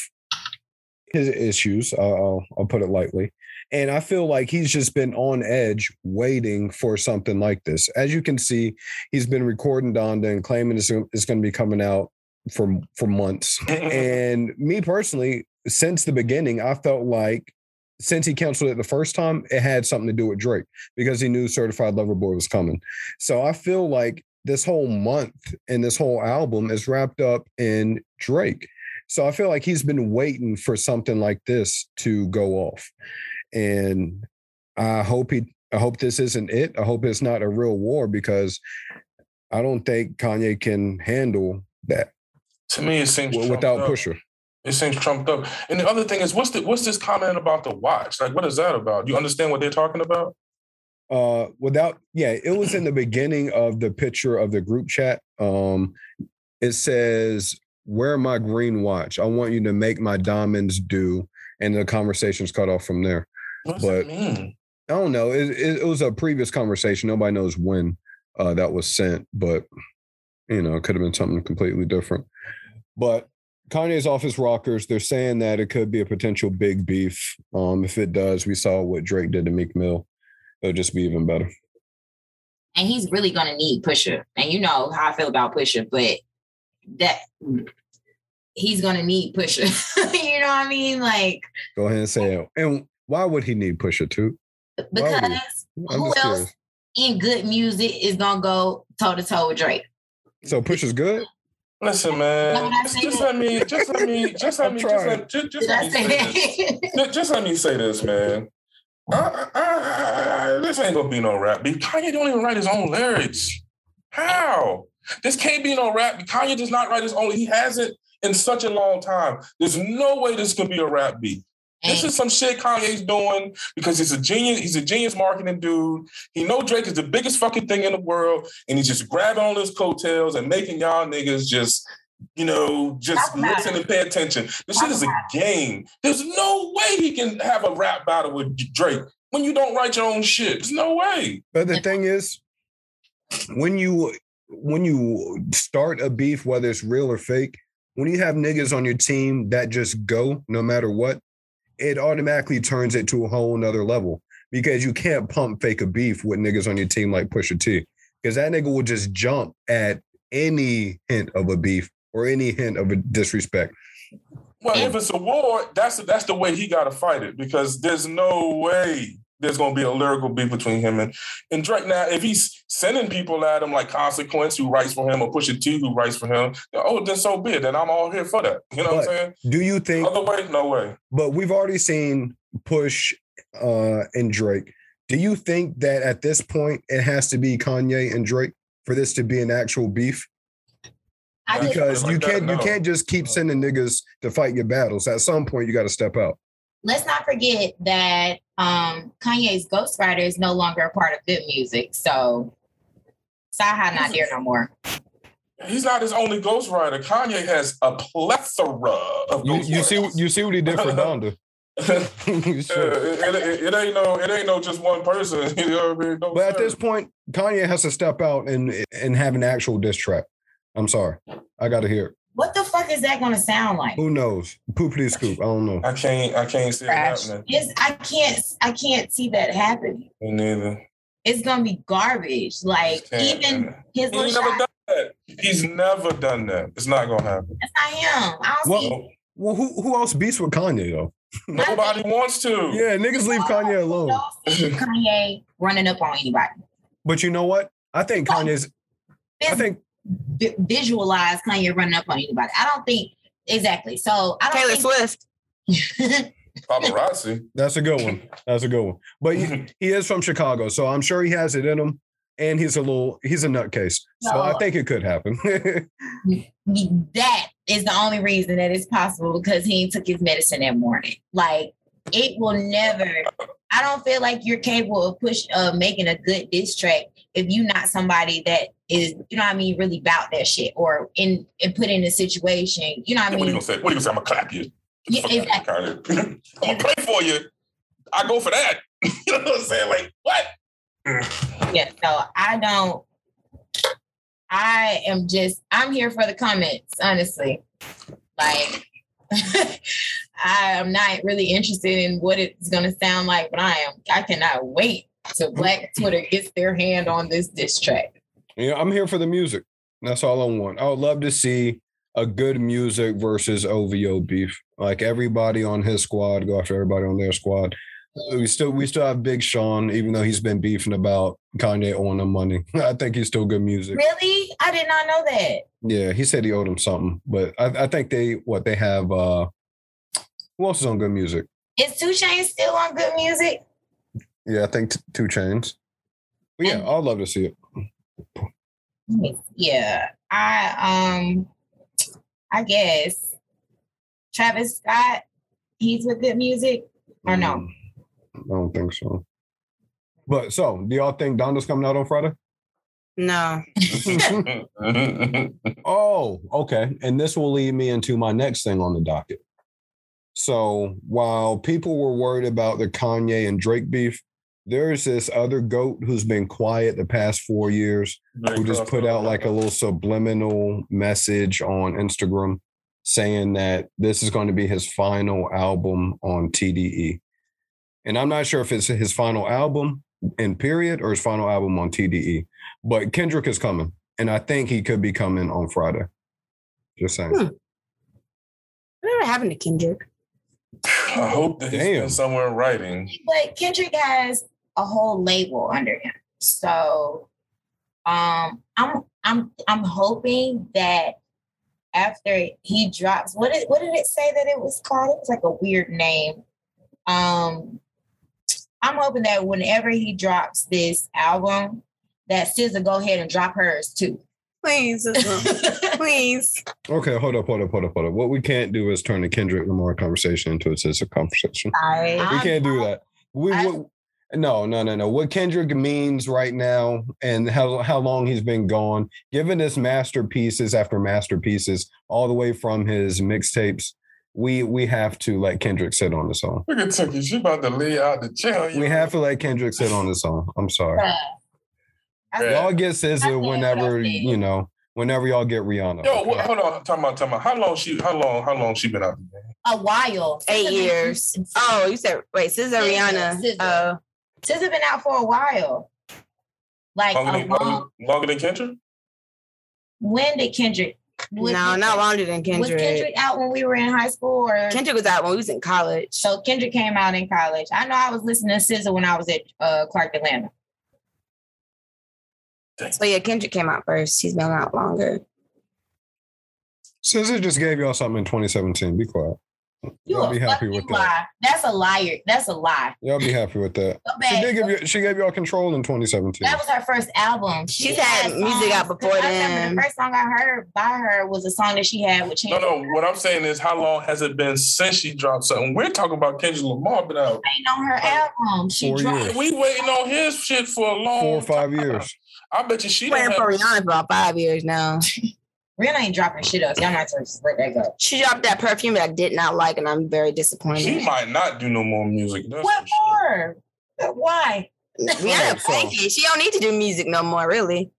S3: his issues. I'll, I'll, I'll put it lightly, and I feel like he's just been on edge, waiting for something like this. As you can see, he's been recording Donda and claiming it's, it's going to be coming out for for months. And me personally, since the beginning, I felt like since he canceled it the first time, it had something to do with Drake because he knew Certified Lover Boy was coming. So I feel like this whole month and this whole album is wrapped up in Drake. So I feel like he's been waiting for something like this to go off. And I hope he I hope this isn't it. I hope it's not a real war because I don't think Kanye can handle that
S6: to me, it seems
S3: w-
S6: trumped
S3: without
S6: up.
S3: Pusher.
S6: It seems trumped up. And the other thing is, what's the what's this comment about the watch? Like, what is that about? You understand what they're talking about?
S3: uh without yeah it was in the beginning of the picture of the group chat um it says wear my green watch i want you to make my diamonds do and the conversation's cut off from there
S6: What does
S3: But-
S6: it mean?
S3: i don't know it, it, it was a previous conversation nobody knows when uh that was sent but you know it could have been something completely different but kanye's office rockers they're saying that it could be a potential big beef um if it does we saw what drake did to meek mill it'll just be even better
S1: and he's really gonna need Pusher. And you know how I feel about Pusher, but that he's gonna need Pusher. you know what I mean? Like
S3: Go ahead and say it. And why would he need Pusha Two?
S1: because
S3: Why I'm
S1: who
S3: just
S1: else
S3: curious.
S1: in good music is gonna go toe to toe with Drake?
S3: So Pusha's good.
S6: Listen,
S1: Why
S6: man.
S1: would I
S6: Just,
S1: say
S6: just
S1: that?
S6: let me. Just let me. Just let
S3: I'm
S6: me. Just
S3: trying.
S6: let, just, just
S1: Did
S6: let
S1: I
S6: me
S1: say
S6: say this.
S1: that?
S6: Ju- Just let me say this, man. I, I, I- this ain't gonna be no rap. beat. Kanye don't even write his own lyrics. How? This can't be no rap. beat. Kanye does not write his own. He hasn't in such a long time. There's no way this could be a rap beat. This
S1: And
S6: is some shit Kanye's doing because he's a genius. He's a genius marketing dude. He know Drake is the biggest fucking thing in the world, and he's just grabbing on his coattails and making y'all niggas just, you know, just
S1: Talk about
S6: listen and pay attention. This shit
S1: Talk
S6: is a game. There's no way he can have a rap battle with Drake when you don't write your own shit. There's no way.
S3: But the thing is, when you when you start a beef, whether it's real or fake, when you have niggas on your team that just go no matter what, it automatically turns it to a whole nother level because you can't pump fake a beef with niggas on your team like Pusha T. Because that nigga will just jump at any hint of a beef or any hint of a disrespect.
S6: Well,
S1: Yeah.
S6: if it's a war, that's that's the way he got to fight it because there's no way there's gonna be a lyrical beef between him and and Drake. Now, if he's sending people at him like Consequence, who writes for him, or Pusha T, who writes for him, then, oh, then so be it. Then I'm all here for that. You know what I'm saying?
S3: Do you think
S6: Other way, no way.
S3: but we've already seen Push uh, and Drake. Do you think that at this point it has to be Kanye and Drake for this to be an actual beef?
S1: I
S6: Yeah.
S1: think
S3: Because
S6: Like
S3: you
S6: that,
S3: can't you
S6: no.
S3: can't just keep sending niggas to fight your battles. At some point, you got to step out.
S1: let's not forget that um Kanye's ghostwriter is no longer a part of good music. So Saha not there no more.
S6: He's not his only ghostwriter. Kanye has a plethora of
S3: You,
S6: ghostwriters.
S3: you see you see what he did for Donda.
S6: Yeah,
S3: Shit.
S6: it, it- it- it ain't no, it ain't no just one person. You know what I mean? No,
S3: But at
S6: sir.
S3: this point, Kanye has to step out and and have an actual diss track. I'm sorry, I got to hear. it.
S1: What the fuck is that gonna sound like?
S3: Who knows? Poopity scoop. I don't know.
S6: I can't, I can't see
S2: Trash.
S6: it happening.
S1: It's, I can't I can't see that happening.
S6: Me neither.
S1: It's gonna be garbage. Like
S6: Can't,
S1: even
S6: man.
S1: his little
S6: He's
S1: shot,
S6: never done that. He's never done that. It's not gonna happen.
S1: that's not him. I don't
S3: Well-
S1: see
S6: No-
S3: Well, who who else beats with Kanye though?
S6: Nobody wants to.
S3: Yeah, niggas leave Kanye alone.
S1: I don't see Kanye running up on anybody.
S3: But you know what? I think Kanye's. I think
S1: Vi- visualize Kanye running up on anybody. I don't think exactly. So I don't
S2: Taylor
S1: think
S2: Swift.
S6: Paparazzi.
S3: that's a good one. That's a good one. But he,
S6: He
S3: he is from Chicago, so I'm sure he has it in him. And he's a little. He's a nutcase. So I
S1: No.
S3: think it could happen.
S1: that is the only reason that it's possible because he ain't took his medicine that morning. Like it will never. I don't feel like you're capable of push of making a good diss track if you're not somebody that is, you know what I mean, really about that shit or in and put in a situation. You know what I
S6: what are you
S1: mean?
S6: gonna say? What are you gonna say? I'm gonna clap you.
S1: Yeah,
S6: Fuck outta here, Kanye. I'm gonna pray for you. I go for that. you know what I'm saying? Like what?
S5: Yeah, so I don't. I am just. I'm here for the comments, honestly. Like, I am not really interested in what it's gonna sound like, but I am. I cannot wait till Black Twitter gets their hand on this diss track.
S3: You know, I'm here for the music. That's all I want. I would love to see a good music versus OVO beef. Like everybody on his squad go after everybody on their squad. Uh, We still we still have Big Sean, even though he's been beefing about Kanye owing him money. I think he's still good music.
S5: Really, I did not know that.
S3: Yeah, he said he owed him something, but I, I think they what they have. uh Who else is on good music?
S5: Is Two Chainz still on Good Music?
S3: Yeah, I think t- Two Chains. But yeah,
S5: And-
S3: I'd love to see it.
S5: Yeah, I um, I guess Travis Scott. He's with Good Music. Or no?
S3: Mm, I don't think so. But so, do y'all think Donda's coming out on Friday?
S2: No.
S3: Oh, okay. And this will lead me into my next thing on the docket. So while people were worried about the Kanye and Drake beef, there's this other goat who's been quiet the past four years who just put out like a little subliminal message on Instagram saying that this is going to be his final album on TDE. And I'm not sure if it's his final album in period or his final album on TDE, but Kendrick is coming. And I think he could be coming on Friday. Just saying.
S2: Hmm. Whatever happened to Kendrick?
S6: I hope that he's
S3: Damn.
S6: been somewhere in writing.
S5: But Kendrick has a whole label under him, so um, I'm I'm I'm hoping that after he drops, what did what did it say that it was called? It was like a weird name. Um, I'm hoping that whenever he drops this album, that SZA go ahead and drop hers too.
S2: Please. uh-huh. Please.
S3: Okay, hold up, hold up, hold up, hold up. What we can't do is turn the Kendrick Lamar conversation into a sister conversation.
S2: Sorry.
S3: We
S5: I'm
S3: can't do that. We
S5: I-
S3: what, no, no, no, no. What Kendrick means right now and how how long he's been gone, given his masterpieces after masterpieces, all the way from his mixtapes, we we have to let Kendrick sit on his own.
S6: Look at Tucky. She about to lay out the jail.
S3: We have to let Kendrick sit on his own. I'm sorry.
S5: I
S6: Yeah.
S3: Y'all get
S5: I said
S3: SZA
S5: what I
S3: whenever
S5: said.
S3: you know, whenever y'all get Rihanna.
S6: Yo, what, hold on. Talking about, talking about. How long she? How long? How long she been out?
S5: a while.
S2: Eight
S5: SZA been-
S2: years. Oh, you said wait, SZA Rihanna.
S5: SZA.
S2: Oh,
S5: SZA been out for a while. Like
S6: Longer
S5: a
S6: than,
S5: long,
S6: longer, longer than Kendrick?
S5: when did Kendrick? was
S2: no,
S5: Kendrick-
S2: not longer than
S5: Was
S2: Kendrick. Kendrick.
S5: Kendrick out when we were in high school, or
S2: was out when we was in college.
S5: so Kendrick came out in college? I know I was listening to SZA when I was at uh, Clark Atlanta.
S2: So yeah, Kendrick came out first. He's been out longer.
S3: SZA just gave y'all something in 2017. Be quiet. Y'all
S5: a
S3: be happy
S5: fucking
S3: with that.
S5: lie. That's a liar. That's a lie.
S3: Y'all be happy with that.
S5: Go
S3: She
S5: back.
S3: did give you. She gave y'all control in 2017.
S5: That was her first album. She
S2: She's had music out before
S5: I remember
S2: then.
S5: The first song I heard by her was a song that she had with
S6: No,
S5: Chance.
S6: no. What I'm saying is, how long has it been since she dropped something? We're talking about Kendrick Lamar been out.
S5: Ain't on her album. She
S3: Four
S5: dropped.
S3: years.
S6: We waiting on his shit for a long
S3: Four or five
S6: time.
S3: years.
S6: I bet you she
S2: Waiting
S6: done
S2: for
S6: had-
S2: Rihanna for about five years now.
S5: Rihanna ain't dropping shit up. Y'all might just let that go.
S2: She dropped that perfume that I did not like, and I'm very
S6: She
S2: disappointed.
S6: might not do no more music. That's
S5: What
S6: for sure.
S5: for? Why?
S2: Rihanna
S3: Right, so-
S2: faking. She don't need to do music no more, really.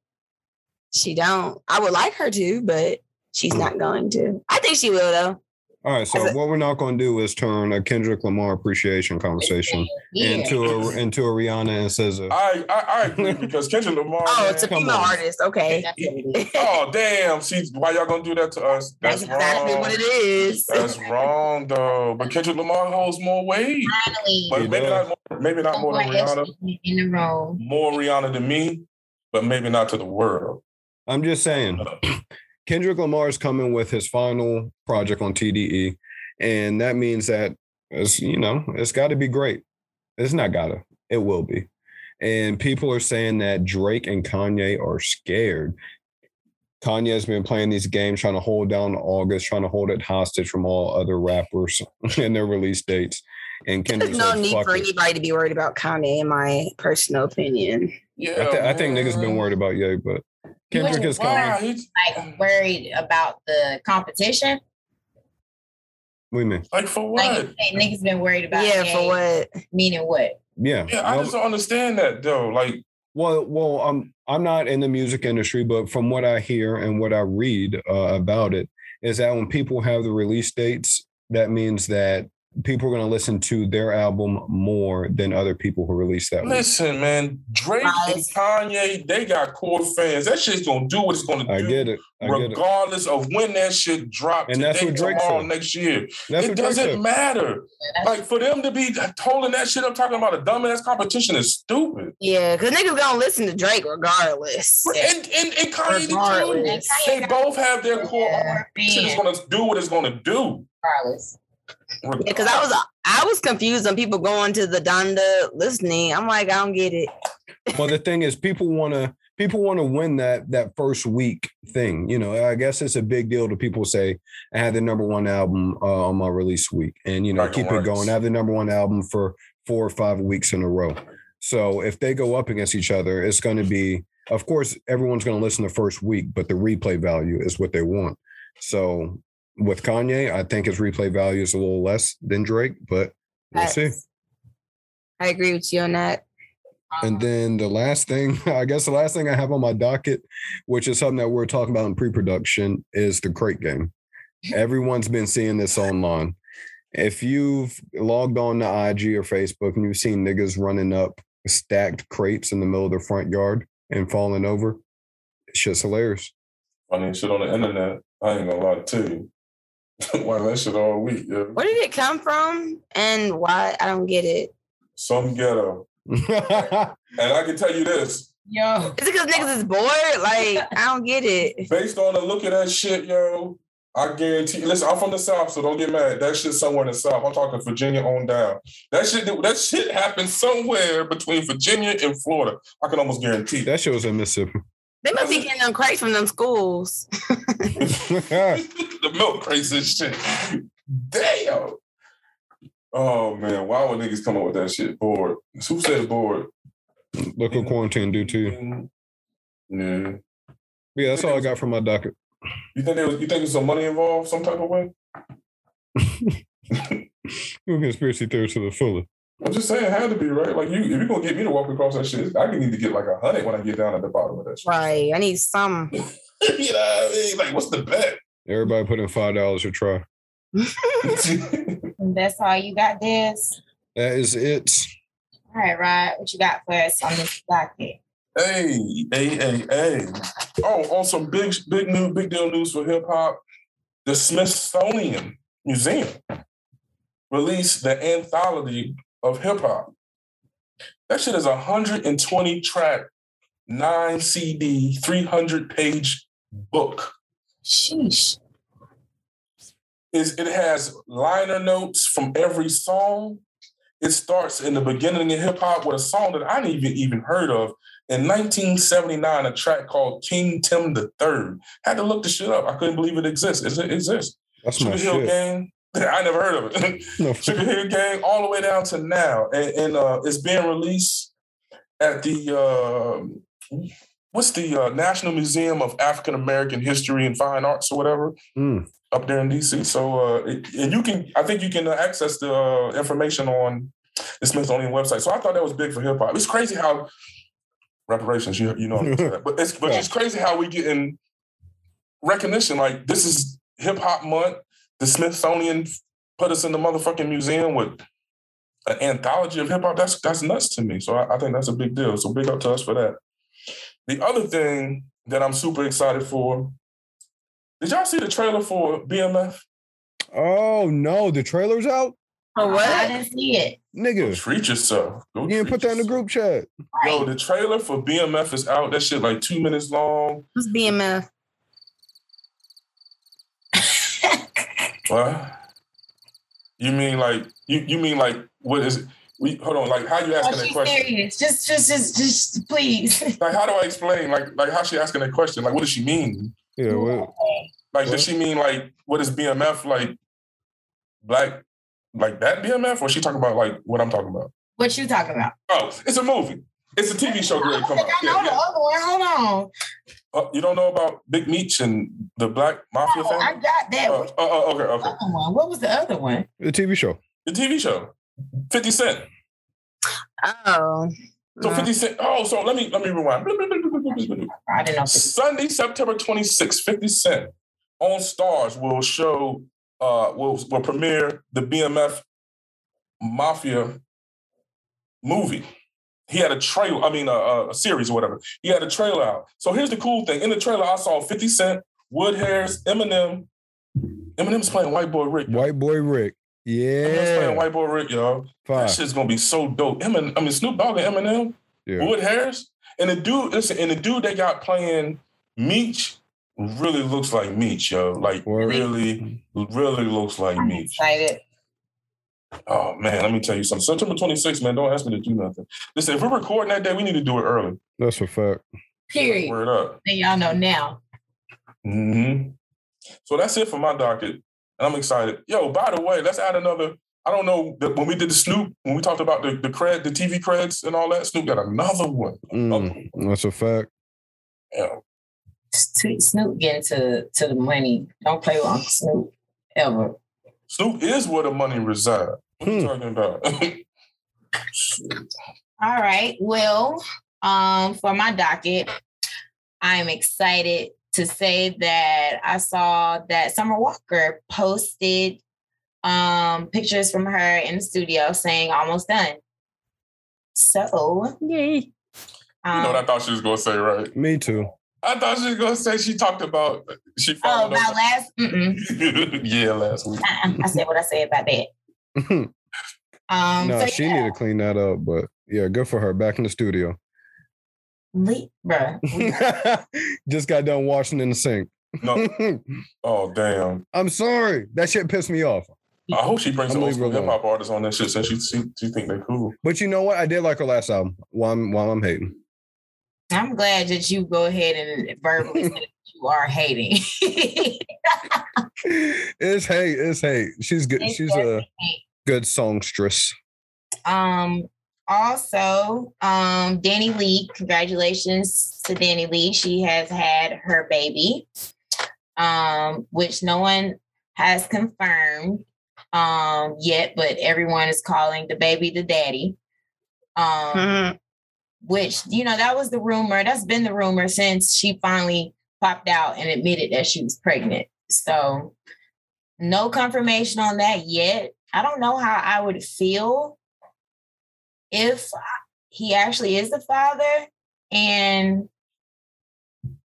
S2: She don't. I would like her to, but she's not going to. I think she will though.
S3: All right. So
S2: As a-
S3: what we're not going to do is turn a Kendrick Lamar appreciation conversation
S5: Yeah.
S3: into a into a Rihanna and SZA.
S6: I, I I agree because Kendrick Lamar.
S2: Oh,
S6: man,
S2: it's a
S3: come
S2: female
S3: on.
S2: artist. Okay.
S5: That's what it is.
S6: oh damn! See why y'all gonna do that to us? That's,
S2: That's exactly
S6: wrong.
S2: what it is.
S6: That's wrong though. But Kendrick Lamar holds more weight.
S5: Finally,
S6: But
S3: He
S6: maybe
S3: does.
S6: not more, maybe not more than
S5: someone else
S6: Rihanna.
S5: in the room.
S6: More Rihanna than me, but maybe not to the world.
S3: I'm just saying, Kendrick Lamar is coming with his final project on TDE, and that means that it's you know it's got to be great. It's not gotta. It will be. And people are saying that Drake and Kanye are scared. Kanye has been playing these games, trying to hold down August, trying to hold it hostage from all other rappers and their release dates. And Kendrick
S2: There's no
S3: said,
S2: need
S3: "Fuck
S2: for
S3: it."
S2: anybody to be worried about Kanye, in my personal opinion.
S6: Yeah,
S3: I, thi- I think niggas
S2: Oh,
S3: been
S6: man.
S3: worried about Ye, but Kendrick is
S6: Wow,
S3: coming.
S6: he's
S5: Like worried about the competition.
S3: We mean,
S6: like for
S5: Like
S6: what?
S5: you say, niggas been worried about
S2: Yeah,
S5: Ye,
S2: for what?
S5: meaning what?
S3: yeah.
S6: Yeah, I
S3: no-
S6: just don't understand that though. Like
S3: Well, well, um, I'm not in the music industry, but from what I hear and what I read uh, about it, is that when people have the release dates, that means that people are going to listen to their album more than other people who release that. week.
S6: Listen, man, Drake and Kanye, they got core fans. That shit's gonna do what it's gonna
S3: I
S6: do.
S3: get it. I get it.
S6: regardless of when that shit dropped
S3: And that's
S6: today,
S3: what Drake
S6: tomorrow,
S3: said.
S6: next year.
S3: That's
S6: it
S3: what Drake
S6: doesn't
S3: said.
S6: matter. Like for them to be holding that shit up, talking about a dumbass competition is stupid.
S2: Yeah, because niggas gonna listen to Drake regardless.
S6: And and, and Kanye did too.
S2: Regardless.
S6: They both have their core.
S1: Yeah,
S6: Shit is
S1: man,
S6: gonna do what it's gonna do.
S1: regardless.
S2: Because I was I was confused on people going to the Donda listening. I'm like, I don't get it.
S3: Well, the thing is, people want to people want to win that that first week thing. You know, I guess it's a big deal to people say I had the number one album uh, on my release week, and you know,
S6: Fucking
S3: keep it
S6: works.
S3: going. I have the number one album for four or five weeks in a row. So if they go up against each other, it's going to be, of course, everyone's going to listen the first week, but the replay value is what they want. So with Kanye, I think his replay value is a little less than Drake, but we'll see.
S2: I agree with you on that.
S3: And then the last thing, I guess the last thing I have on my docket, which is something that we're talking about in pre production, is the crate game. Everyone's been seeing this online. If you've logged on to IG or Facebook and you've seen niggas running up stacked crates in the middle of their front yard and falling over, it's just hilarious.
S6: funny shit on the internet. I ain't gonna lie to you. Why that shit all week? Yeah.
S2: Where did it come from and why? I don't get it.
S6: Some ghetto, and I can tell you this.
S1: Yo,
S2: Is it because niggas is bored? Like, I don't get it.
S6: Based on the look of that shit, yo, I guarantee. Listen, I'm from the South, so don't get mad. That shit somewhere in the South. I'm talking Virginia on down. That shit, that shit happened somewhere between Virginia and Florida. I can almost guarantee. That.
S3: that shit was in Mississippi.
S2: They must be getting them crates from them schools.
S6: the milk crates and shit. Damn. Oh man, why would niggas come up with that shit? Bored. Who said bored?
S3: Look what quarantine do to you.
S6: Mm-hmm. Yeah.
S3: Yeah, that's all I got from my docket.
S6: You think there was, you think there's some money involved, some type of way?
S3: You're a conspiracy theorist to the fullest.
S6: I'm just saying, it had to be right. Like you, if you're gonna get me to walk across that shit, I can need to get like a hundred when I get down at the bottom of that shit.
S2: Right. I need some.
S6: you know what I mean? Like, what's the bet?
S3: Everybody put in five dollars to try.
S1: that's all you got, this.
S3: That is it.
S1: All right, Rod, what you got for us on this docket?
S6: hey, hey, hey, hey! Oh, on some big, big new, big deal news for hip hop. The Smithsonian Museum released the anthology of hip hop. That shit is a 120 track, nine CD, 300 page book.
S1: Sheesh.
S6: is it has liner notes from every song. It starts in the beginning of hip hop with a song that I didn't even even heard of in 1979, a track called King Tim the Third. Had to look the shit up. I couldn't believe it exists. It it exists.
S3: That's my
S6: Sugar Hill
S3: shit.
S6: Gang. I never heard of it.
S3: No,
S6: Sugar Hill Gang all the way down to now, and, and uh, it's being released at the uh, what's the uh, National Museum of African American History and Fine Arts or whatever
S3: Mm.
S6: up there in DC. So, uh, it- and you can, I think you can uh, access the uh, information on the Smithsonian website. So I thought that was big for hip hop. It's crazy how reparations, you, you know, what I'm saying. but it's but it's crazy how we getting recognition. Like this is hip hop month. The Smithsonian put us in the motherfucking museum with an anthology of hip hop. That's that's nuts to me. So I, I think that's a big deal. So big up to us for that. The other thing that I'm super excited for. Did y'all see the trailer for BMF?
S3: Oh no, the trailer's out,
S2: For
S1: I
S2: what?
S1: didn't see it.
S6: Go
S3: nigga.
S6: treat yourself. Go
S3: You didn't
S6: treat
S3: put that in the
S6: yourself.
S3: group chat.
S6: Yo, the trailer for BMF is out. That shit like two minutes long.
S2: Who's BMF?
S6: What? You mean like you? You mean like what is? It? We hold on. Like how you
S1: Oh,
S6: asking that
S1: she's
S6: question?
S1: serious. Just, just, just, just, please.
S6: Like how do I explain? Like like how she asking that question? Like what does she mean?
S3: Yeah, well,
S6: Like
S3: What?
S6: does she mean like what is BMF like? Black like that BMF? Or she talking about like what I'm talking about?
S1: What you talking about?
S6: Oh, it's a movie. It's a TV show.
S1: I
S6: Great,
S1: don't
S6: come
S1: think
S6: out.
S1: I know
S6: Yeah,
S1: the
S6: yeah.
S1: other one. Hold on.
S6: Uh, you don't know about Big Meech and the Black Mafia
S1: Oh, I
S6: family?
S1: got that.
S6: Oh,
S1: What's
S6: oh, oh, okay, okay.
S1: the other one? What was the other one?
S3: the TV show.
S6: The TV show, Fifty Cent.
S2: Oh.
S6: So
S2: No.
S6: 50 Cent, oh, so let me let me rewind.
S5: I didn't know.
S6: Sunday, September 26th, 50 Cent on Stars will show uh will, will premiere the BMF Mafia movie. He had a trail, I mean a, a- a series or whatever. He had a trailer out. So here's the cool thing. In the trailer, I saw 50 Cent, Wood Harris, Eminem. Eminem's playing White Boy Rick. y'all.
S3: White boy Rick.
S6: Eminem's playing
S3: Yeah.
S6: White Boy Rick, y'all. That
S3: Five.
S6: shit's gonna be so dope. Emin, I mean Snoop Dogg and Eminem,
S3: Yeah.
S6: Wood Harris, and the dude. Listen, and the dude they got playing Meech really looks like Meech, yo. Like
S3: Word.
S6: really, really looks like
S5: I'm
S6: Meech.
S5: excited.
S6: Oh man, let me tell you something. September 26th, man. Don't ask me to do nothing. Listen, if we're recording that day, we need to do it early.
S3: That's a fact.
S5: Period.
S6: Word up.
S5: Then y'all know now.
S6: hmm So that's it for my docket, and I'm excited. Yo, by the way, let's add another. I don't know that when we did the Snoop, when we talked about the the cred, the TV creds and all that. Snoop got another one.
S3: Mm, That's a fact.
S6: Yeah.
S5: Snoop- Snoop getting to to the money. Don't play with Uncle Snoop ever.
S6: Snoop is where the money reside. What you
S3: Hmm.
S6: talking about?
S5: All right. Well, um, for my docket, I'm excited to say that I saw that Summer Walker posted um pictures from her in the studio saying almost done. So
S2: Yay.
S6: you know what I
S5: um,
S6: thought she was gonna say, right?
S3: Me too.
S6: I thought she was gonna say she talked about she
S5: oh
S6: followed
S5: about
S6: up.
S5: last mm-mm,
S6: yeah, last week.
S5: uh-uh, I said what I said about that. Um
S3: no,
S5: so
S3: she
S5: yeah,
S3: need to clean that up, but yeah, good for her. Back in the studio.
S5: Libra.
S3: Just got done washing in the sink.
S6: No, oh damn.
S3: I'm sorry. That shit pissed me off.
S6: I hope she brings
S3: I'm
S6: some old
S3: leaving
S6: school
S3: her
S6: hip hop artists on that shit since she, she she think they cool.
S3: But you know what? I did like her last album. While I'm while I'm hating.
S5: I'm glad that you go ahead and verbally say that you are hating.
S3: It's hate. It's hate. She's good.
S5: It's
S3: She's a
S5: hate.
S3: good songstress.
S5: Um, also, um, Danny Lee, congratulations to Danny Lee. She has had her baby, um, which no one has confirmed um yet, but everyone is calling the baby the daddy. Um,
S2: Mhm.
S5: which you know, that was the rumor. That's been the rumor since she finally popped out and admitted that she was pregnant. So no confirmation on that yet. I don't know how I would feel if he actually is the father and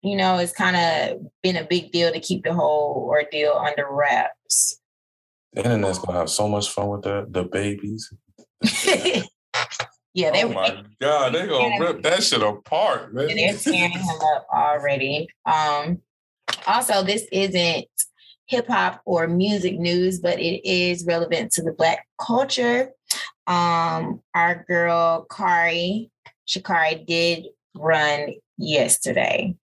S5: you know it's kind of been a big deal to keep the whole ordeal under wraps
S6: The internet's gonna have so much fun with that. The babies.
S5: yeah they
S6: oh
S5: were
S6: my god, they gonna rip that shit apart, man.
S5: they're tearing him up already um also this isn't hip hop or music news but it is relevant to the black culture um our girl kari shikari did run yesterday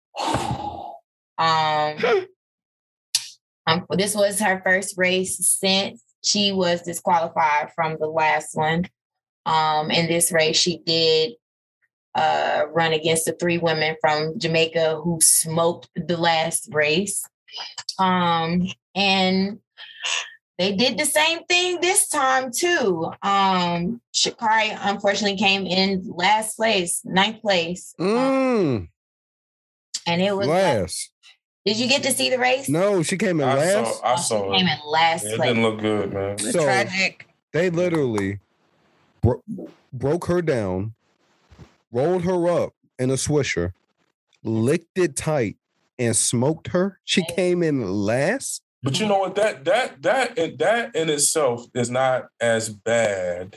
S5: Um, um, this was her first race since she was disqualified from the last one. Um, in this race, she did uh, run against the three women from Jamaica who smoked the last race. Um, and they did the same thing this time too. Um, Shakari unfortunately came in last place, ninth place,
S3: Mm,
S5: and it was. like-
S3: last.
S5: did you get to see the race?
S3: No, she came in
S6: I
S3: last.
S6: saw I
S5: Oh, she
S6: saw
S5: came
S6: it.
S5: in last
S6: It
S5: place.
S6: didn't look good, man.
S3: So-
S2: Tragic.
S3: They literally bro- broke her down, rolled her up in a swisher, licked it tight, and smoked her. She came in last.
S6: But you know what? That that that and that in itself is not as bad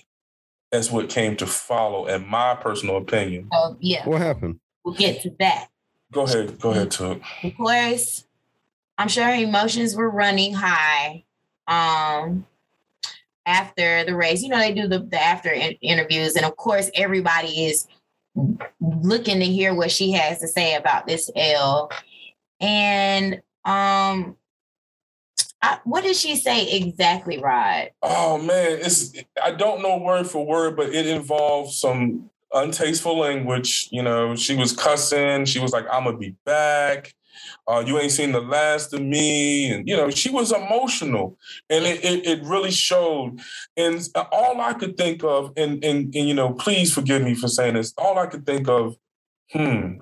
S6: as what came to follow, in my personal opinion.
S5: So yeah,
S3: What happened?
S5: we'll get to that.
S6: Go ahead, go ahead, Took.
S5: Of course, I'm sure her emotions were running high. Um after the race, you know, they do the, the after in- interviews, and of course, everybody is looking to hear what she has to say about this L. And um, I, what did she say exactly, Rod?
S6: Oh man, it's I don't know word for word, but it involves some untasteful language. You know, she was cussing. She was like, "I'm gonna be back." Uh, you ain't seen the last of me. And, you know, she was emotional. And it, it, it really showed. And all I could think of, and, and, and, you know, please forgive me for saying this, all I could think of, hmm,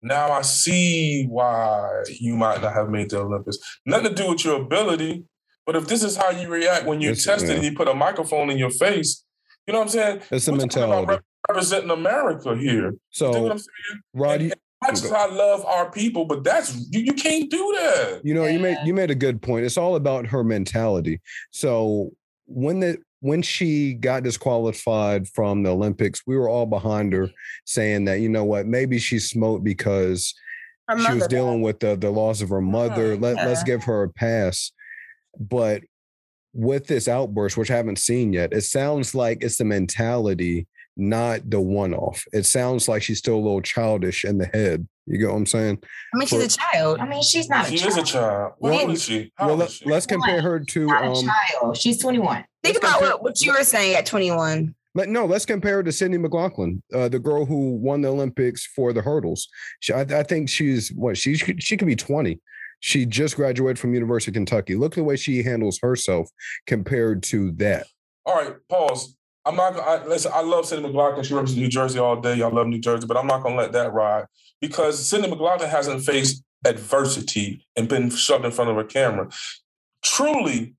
S6: now I see why you might not have made the Olympics. Nothing to do with your ability, but if this is how you react when you're
S3: It's-
S6: tested
S3: yeah.
S6: and you put a microphone in your face, you know what I'm saying?
S3: It's a
S6: We're talking about
S3: mentality.
S6: rep- representing America here. You dig what
S3: So,
S6: I'm saying?
S3: Rod, you,
S6: Much as I love our people, but that's you, you can't do that.
S3: you know, you made
S1: Yeah.
S3: you made a good point. It's all about her mentality. So when the when she got disqualified from the Olympics, we were all behind her, saying that you know what, maybe she smoked because
S2: Her
S3: she was
S2: mother
S3: dealing with the, the loss of her mother. Let, Let's give her a pass. But with this outburst, which I haven't seen yet, it sounds like it's the mentality, not the one off. It sounds like she's still a little childish in the head. You get what I'm saying?
S2: I mean, she's a child.
S1: I mean, she's not a
S6: She is
S1: child.
S6: a child. What
S3: Well,
S6: is she? How
S3: Well,
S6: old
S3: let,
S6: is Oh, she?
S3: let's compare her to.
S1: Not
S3: Um,
S1: a child. She's 21.
S2: Think about what, what you were saying at 21.
S3: let, no, let's compare her to Sydney McLaughlin, uh, the girl who won the Olympics for the hurdles. She, I, I think she's what she could- she could be twenty. She just graduated from University of Kentucky. Look at the way she handles herself compared to that.
S6: All right, pause. I'm not gonna I, listen. I love Cindy McLaughlin. She represents New Jersey all day. Y'all love New Jersey, but I'm not gonna let that ride because Cindy McLaughlin hasn't faced adversity and been shoved in front of a camera. Truly,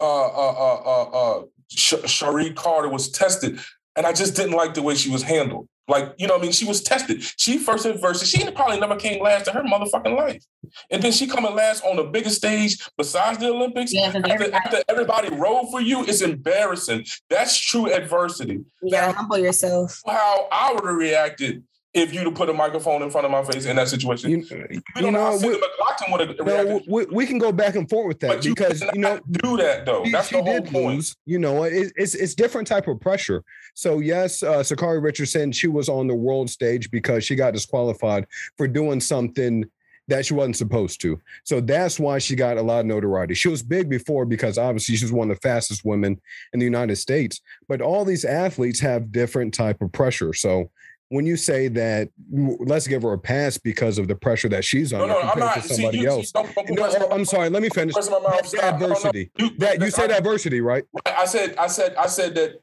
S6: uh, uh, uh, uh, uh, Sh- Shari Carter was tested, and I just didn't like the way she was handled. Like, you know, what I mean, she was tested. She first adversity. She probably never came last in her motherfucking life, and then she coming last on the biggest stage besides the Olympics.
S1: Yeah, because
S6: After,
S1: everybody
S6: after everybody rolled for you, it's embarrassing. That's true adversity.
S2: You gotta humble yourself.
S6: How I would have reacted if you'd have put a microphone in front of my face in that situation.
S3: You,
S6: we
S3: you
S6: don't know, how
S3: know,
S6: Cindy
S3: we,
S6: McLaughlin would have reacted.
S3: no, we, we can go back and forth with that
S6: but you
S3: because you know
S6: cannot do that though.
S3: she-
S6: That's
S3: she
S6: the whole
S3: did
S6: point.
S3: lose. You know, it, it's it's different type of pressure. So yes, uh, Sakari Richardson, she was on the world stage because she got disqualified for doing something that she wasn't supposed to. So that's why she got a lot of notoriety. She was big before because obviously she was one of the fastest women in the United States. But all these athletes have different type of pressure. So when you say that, w- let's give her a pass because of the pressure that she's
S6: No,
S3: under
S6: no, I'm
S3: compared
S6: not.
S3: to
S6: See,
S3: somebody
S6: you,
S3: else.
S6: you don't- don't
S3: No,
S6: press my-
S3: oh, I'm sorry. Let me finish.
S6: press my mouth.
S3: That's
S6: Stop. No, no,
S3: adversity.
S6: you-
S3: That you said
S6: I-
S3: adversity, right?
S6: Right, I said, I said, I said that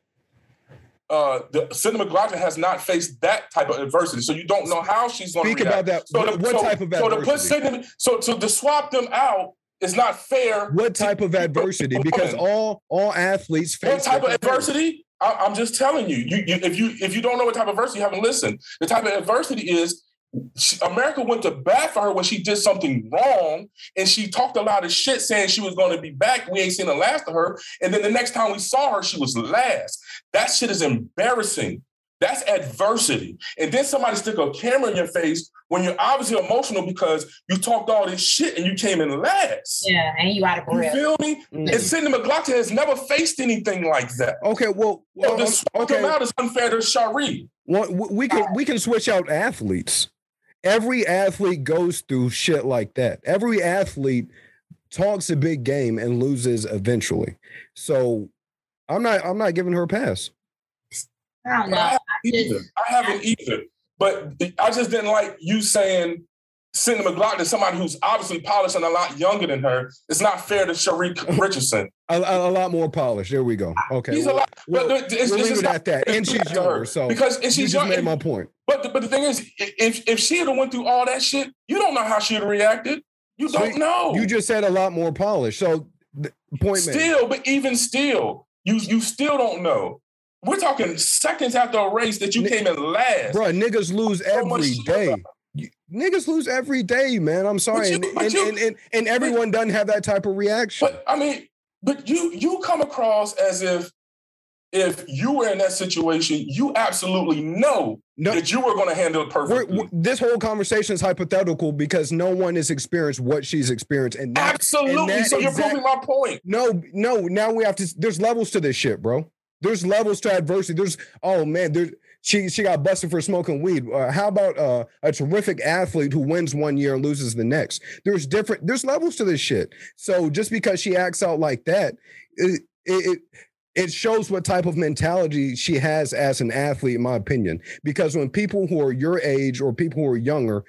S6: uh, the Cindy McLaughlin has not faced that type of adversity, so you don't know how she's going to
S3: Speak about that.
S6: So
S3: what
S6: to,
S3: what
S6: so,
S3: type of
S6: so to put
S3: adversity?
S6: Sidney, so to, to swap them out is not fair.
S3: what type of adversity? Because all all athletes face
S6: What type of
S3: different things.
S6: adversity? I, I'm just telling you. You, you. If you if you don't know what type of adversity, you haven't listened. The type of adversity is she, America went to bat for her when she did something wrong, and she talked a lot of shit, saying she was going to be back. We ain't seen the last of her, and then the next time we saw her, she was last. That shit is embarrassing. That's adversity. And then somebody stick a camera in your face when you're obviously emotional because you talked all this shit and you came in last.
S1: Yeah, and you out of
S6: You
S1: breath.
S6: feel me?
S3: Mm.
S6: And Cindy McLaughlin has never faced anything like that.
S3: Okay, well,
S6: So
S3: well,
S6: to swap
S3: okay.
S6: them out is unfair to Shari.
S3: well, we- we can we can switch out athletes. Every athlete goes through shit like that. Every athlete talks a big game and loses eventually. So I'm not I'm not giving her a pass.
S1: I don't
S6: I
S1: know.
S6: haven't either. I haven't either. But the- I just didn't like you saying Cindy McLaughlin, somebody who's obviously polished and a lot younger than her, it's not fair to Shariq Richardson.
S3: A, a, a lot more polish. There we go. Okay.
S6: He's a
S3: well,
S6: lot.
S3: we'll-
S6: but it's,
S3: we'll
S6: it's
S3: leave
S6: just
S3: it
S6: not
S3: at that. And
S6: fair
S3: she's
S6: to her.
S3: younger, so
S6: because and
S3: you
S6: she's
S3: just
S6: young.
S3: made my point.
S6: but the, but the thing is, i- if if she had went through all that shit, you don't know how she'd reacted. You
S3: So
S6: don't know.
S3: You just said a lot more polish. So th- point made.
S6: Oh. Still, but even still, you you still don't know. We're talking seconds after a race that you
S3: Ni-
S6: came in last.
S3: Bruh, niggas lose
S6: So much
S3: every
S6: shit
S3: day.
S6: about
S3: You- Niggas lose every day, man. I'm sorry.
S6: you-
S3: and,
S6: but
S3: and,
S6: you-
S3: and, and, and everyone doesn't have that type of reaction.
S6: But I mean, but you you come across as if if you were in that situation, you absolutely know
S3: No,
S6: that you were going to handle it
S3: we're,
S6: perfectly.
S3: we this whole conversation is hypothetical because no one has experienced what she's experienced. And that, and
S6: absolutely.
S3: that
S6: So you're
S3: exact-
S6: proving my point.
S3: no, no, now we have to. There's levels to this shit, bro. There's levels to adversity. There's, oh man, there's. She, she got busted for smoking weed. Uh, how about uh, a terrific athlete who wins one year and loses the next? There's different. There's levels to this shit. So just because she acts out like that, it it it shows what type of mentality she has as an athlete, in my opinion. Because when people who are your age or people who are younger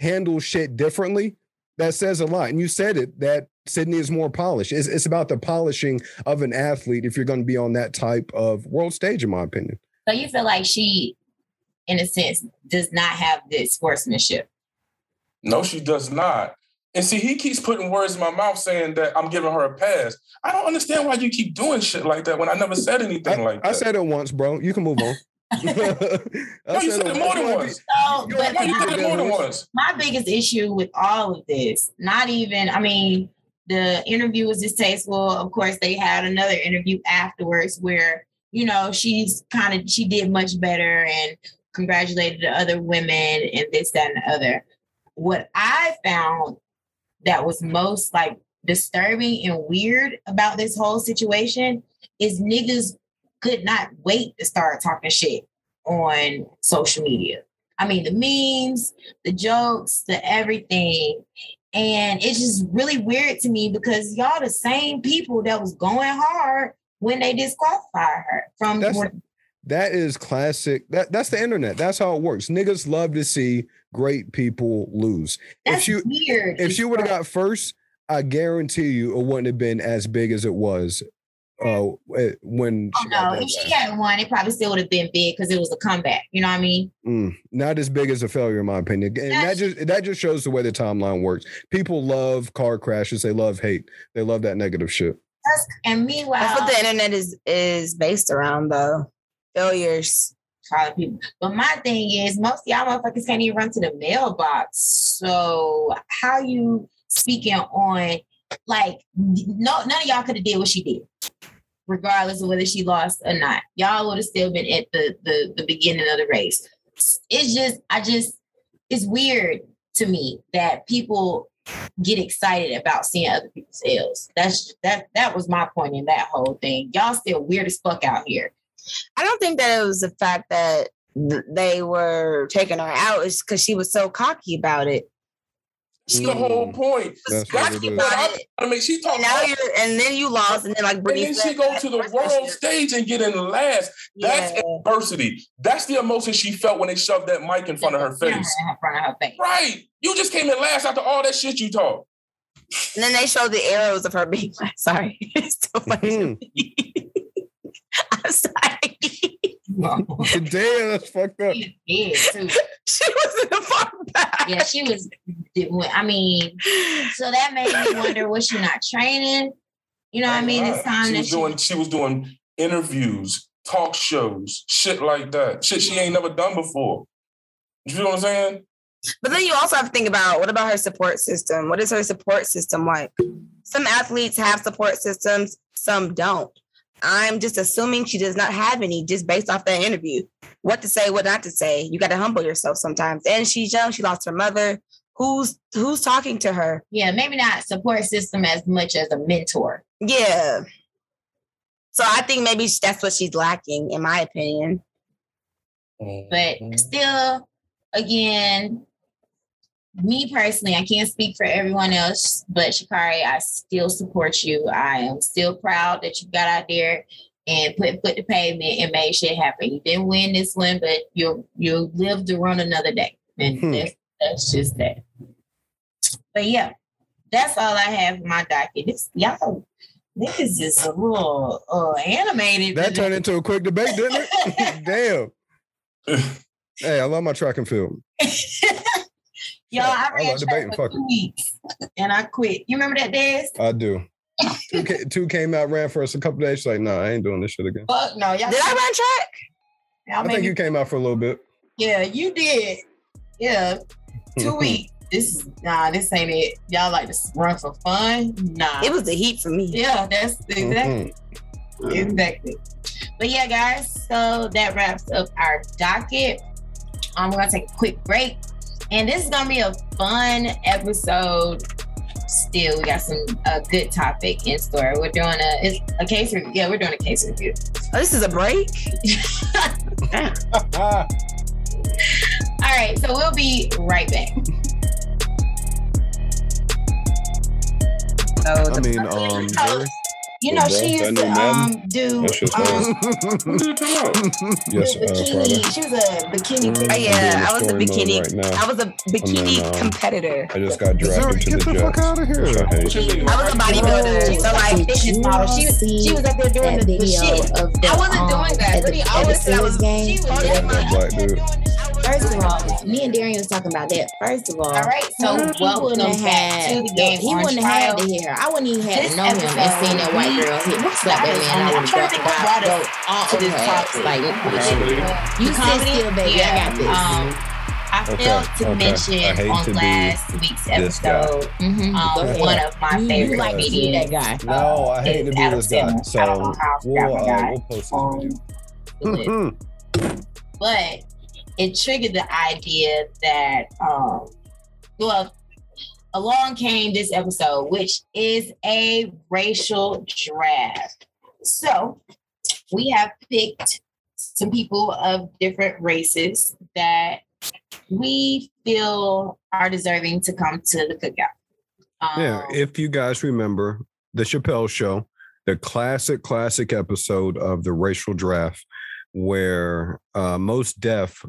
S3: handle shit differently, that says a lot. And you said it that Sydney is more polished. It's, it's about the polishing of an athlete if you're going to be on that type of world stage, in my opinion.
S1: So you feel like she, in a sense, does not have this sportsmanship.
S6: No, she does not. And see, he keeps putting words in my mouth saying that I'm giving her a pass. I don't understand why you keep doing shit like that when I never said anything
S3: I,
S6: like that.
S3: I said it once, bro. You can move on. I
S6: no, you said it more than once.
S1: So,
S3: You
S1: Oh, but
S6: No, you
S1: my-
S6: said it more than once.
S1: my biggest issue with all of this, not even, I mean, the interview was distasteful. Of course, they had another interview afterwards where, you know, she's kind of, she did much better and congratulated the other women and this, that, and the other. What I found that was most like disturbing and weird about this whole situation is niggas could not wait to start talking shit on social media. I mean, the memes, the jokes, the everything. And it's just really weird to me because y'all the same people that was going hard when they disqualified her from
S3: That's- That is classic. That that's the internet. That's how it works. Niggas love to see great people lose.
S1: that's
S3: if you
S1: weird.
S3: if she would have got first, I guarantee you it wouldn't have been as big as it was. Uh, eh, when
S1: Oh,
S3: she got
S1: no,
S3: that
S1: if she
S3: last.
S1: had won, it probably still would have been big because it was a comeback. You know what I mean?
S3: Mm, not as big as a failure, in my opinion. And that
S1: That's-
S3: just that just shows the way the timeline works. People love car crashes. They love hate. They love that negative shit.
S1: That's, and meanwhile,
S2: That's what the internet is is based around, though. Failures.
S1: probably people. But my thing is, most of y'all motherfuckers can't even run to the mailbox. So how you speaking on like no none of y'all could have did what she did, regardless of whether she lost or not. Y'all would have still been at the, the the beginning of the race. It's just I just it's weird to me that people get excited about seeing other people's L's. That's that that was my point in that whole thing. Y'all still weird as fuck out here.
S2: I don't think that it was the fact that th- they were taking her out. It's because she was so cocky about it.
S6: That's the whole point.
S3: That's what
S6: That's
S3: it
S6: what
S3: is.
S6: I, I mean. She talking.
S2: Now
S6: all-
S2: you're, and then you lost, and then like
S6: And
S2: Brittany.
S6: then she
S2: said,
S6: go to the world stage and get in last. That's
S2: Yeah.
S6: adversity. That's the emotion she felt when they shoved that mic in front of her face.
S1: In front of her face.
S6: Right. You just came in last after all that shit you talk.
S2: And then they showed the arrows of her being like, sorry, it's so funny.
S3: Mhm.
S2: I'm sorry.
S3: Damn, that's fucked up.
S1: Yeah, too.
S2: she was in the far back.
S1: Yeah, she was. I mean, so that made me wonder was she not training? You know what I mean? It's time
S6: she
S1: that
S6: was
S1: she,
S6: doing. She was doing interviews, talk shows, shit like that. Shit she ain't never done before. You know what I'm saying?
S2: But then you also have to think about what about her support system? What is her support system like? Some athletes have support systems, some don't. I'm just assuming she does not have any just based off that interview. What to say, what not to say. You got to humble yourself sometimes. And she's young, she lost her mother. Who's who's talking to her?
S1: yeah, maybe not support system as much as a mentor.
S2: Yeah. So I think maybe that's what she's lacking, in my opinion.
S1: but
S3: Mm-hmm.
S1: still again me personally i can't speak for everyone else but shikari i still support you i am still proud that you got out there and put put the pavement and made shit happen you didn't win this one but you'll you'll live to run another day and
S3: Hmm.
S1: that's, that's just that but yeah that's all i have in my docket this y'all this is just a little uh animated
S3: That turned into a quick debate, didn't it? Damn. Hey, I love my track and field.
S1: Yo,
S3: Yeah,
S1: I
S3: I
S1: ran
S3: love debating,
S1: track for
S3: fuck
S1: two weeks and I quit. You remember that, Des?
S3: I do. Two, ca- two came out, ran for us a couple days. She's like, nah, I ain't doing this shit again.
S1: Fuck no, y'all.
S2: Did I run track?
S1: y'all
S3: I
S1: made
S3: think
S1: me-
S3: you came out for a little bit.
S1: yeah, you did. Yeah, two weeks. This is nah. This ain't it. Y'all like to run for fun? Nah.
S2: It was the heat for me.
S1: yeah, that's
S7: Mm-hmm.
S1: exactly
S3: Mhm.
S1: exactly. But yeah, guys. So that wraps up our docket. Um, we're gonna take a quick break, and this is gonna be a fun episode. Still, we got some a good topic in store. We're doing a it's a case review. Yeah, we're doing a case review.
S2: Oh, this is a break.
S3: Ah,
S1: All right, so we'll be right back.
S2: No,
S3: I mean, um,
S1: Oh, You
S3: Jerry,
S1: know, she
S7: That
S1: used
S7: new
S1: to
S7: Madden?
S1: um do
S7: That shit's
S1: um
S6: What did it come out?
S1: do
S3: yes, uh,
S1: bikini.
S3: Friday.
S1: she was a bikini.
S2: Oh, yeah, I was a
S7: Story mode
S2: bikini.
S7: Right now.
S2: I was a bikini
S7: um,
S2: competitor.
S7: I just got dragged
S3: Zuri,
S7: into
S3: get
S7: the,
S3: the fuck
S7: Jets,
S3: out of here.
S7: which I hate.
S6: What you mean?
S2: I was a
S3: Mm.
S2: bodybuilder, so like
S1: fitness model. She was she was up there doing
S5: that
S1: the, the
S5: video
S1: shit.
S5: of the,
S2: I wasn't
S5: um,
S2: doing that.
S5: at the-
S2: Brittany
S5: at the
S2: always said I was.
S5: Steelers game.
S2: She was
S1: Oh,
S2: definitely-
S7: that black dude.
S5: First of all, me and Darian was talking about that. First of all,
S1: All right, so
S5: he
S1: welcome
S5: wouldn't have
S1: back
S5: had
S1: to the game.
S5: he wouldn't
S1: Orange
S5: have had
S1: File.
S5: to hear. her. I wouldn't even have
S1: This
S5: to know him and
S1: episode,
S5: seen that white
S1: we-
S5: girl hit slap that
S1: got us on this.
S5: man. I would
S1: I'm trying to think what
S5: have
S1: brought us
S5: grabbed all
S1: to
S5: over
S1: this
S5: her
S1: topic.
S5: ass. Like
S6: Comedy.
S5: you
S1: The
S5: sit
S1: comedy?
S5: still, baby. I got this.
S1: Um, I
S7: Okay,
S1: failed to
S7: okay. I hate
S1: mention on
S7: to be
S1: last week's
S7: this guy.
S1: episode
S5: Mhm. Go
S1: um,
S5: ahead.
S1: one of my
S5: You-
S1: favorite
S5: You like to be that
S1: comedians.
S5: guy.
S7: No, I hate
S1: It's
S7: to be
S1: Adam
S7: this guy.
S1: Sandler. I don't know
S7: So
S1: how I forgot
S7: we'll,
S1: my
S7: uh,
S1: guy.
S7: we'll post this video.
S1: Um, but-
S3: Mhm.
S1: but it triggered the idea that um well along came this episode which is a racial draft so we have picked some people of different races that we feel are deserving to come to the cookout um,
S3: Yeah,
S5: Oh.
S3: if you guys remember the Chappelle show, the classic, classic episode of the racial draft, where uh, most deaf